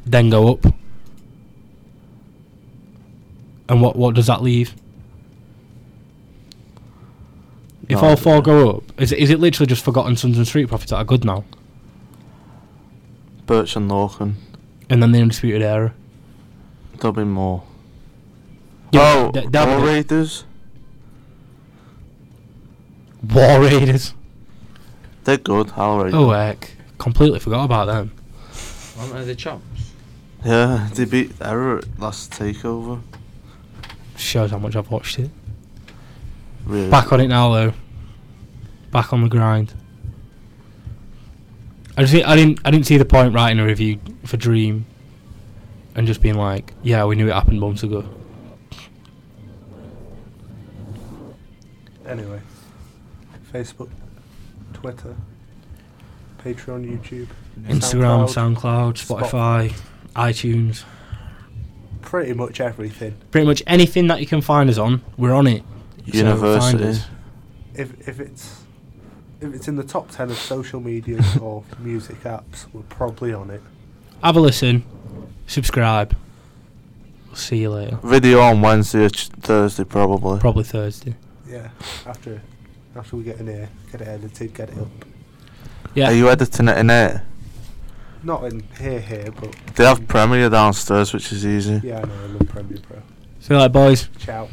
Speaker 1: then go up. And what what does that leave? If
Speaker 4: No,
Speaker 1: all four go up, is it, is it literally just Forgotten Sons and Street Profits that are good now?
Speaker 4: Birch and Larkin.
Speaker 1: And then the Undisputed Era?
Speaker 4: Oh, There'll be more.
Speaker 1: Yeah,
Speaker 4: oh,
Speaker 1: th- that'll
Speaker 4: War
Speaker 1: be the-
Speaker 4: Raiders.
Speaker 1: War Raiders.
Speaker 4: They're good. All right.
Speaker 1: Oh, heck. Completely forgot about them.
Speaker 6: Aren't they the champs?
Speaker 4: Yeah, they beat Error at last takeover.
Speaker 1: Shows how much I've watched it.
Speaker 4: Really.
Speaker 1: Back on it now, though. Back on the grind. I just, I didn't, I didn't see the point writing a review for Dream, and just being like, "Yeah, we knew it happened months ago."
Speaker 5: Anyway, Facebook, Twitter, Patreon, YouTube,
Speaker 1: Instagram,
Speaker 5: SoundCloud,
Speaker 1: SoundCloud, Spotify, iTunes,
Speaker 5: pretty much everything.
Speaker 1: pretty much anything that you can find us on, we're on it. So find
Speaker 4: University.
Speaker 1: us.
Speaker 5: If if it's if it's in the top ten of social media or music apps, we're probably on it.
Speaker 1: Have a listen, subscribe. We'll see you later.
Speaker 4: Video on Wednesday or ch- Thursday probably.
Speaker 1: Probably Thursday.
Speaker 5: Yeah, after after we get in here, get it edited, get it up.
Speaker 1: Yeah.
Speaker 4: Are you editing it in it?
Speaker 5: Not in here, here, but
Speaker 4: They have Premiere downstairs, which is easy.
Speaker 5: yeah, I know. I love Premiere Pro.
Speaker 1: see you later, boys.
Speaker 5: Ciao.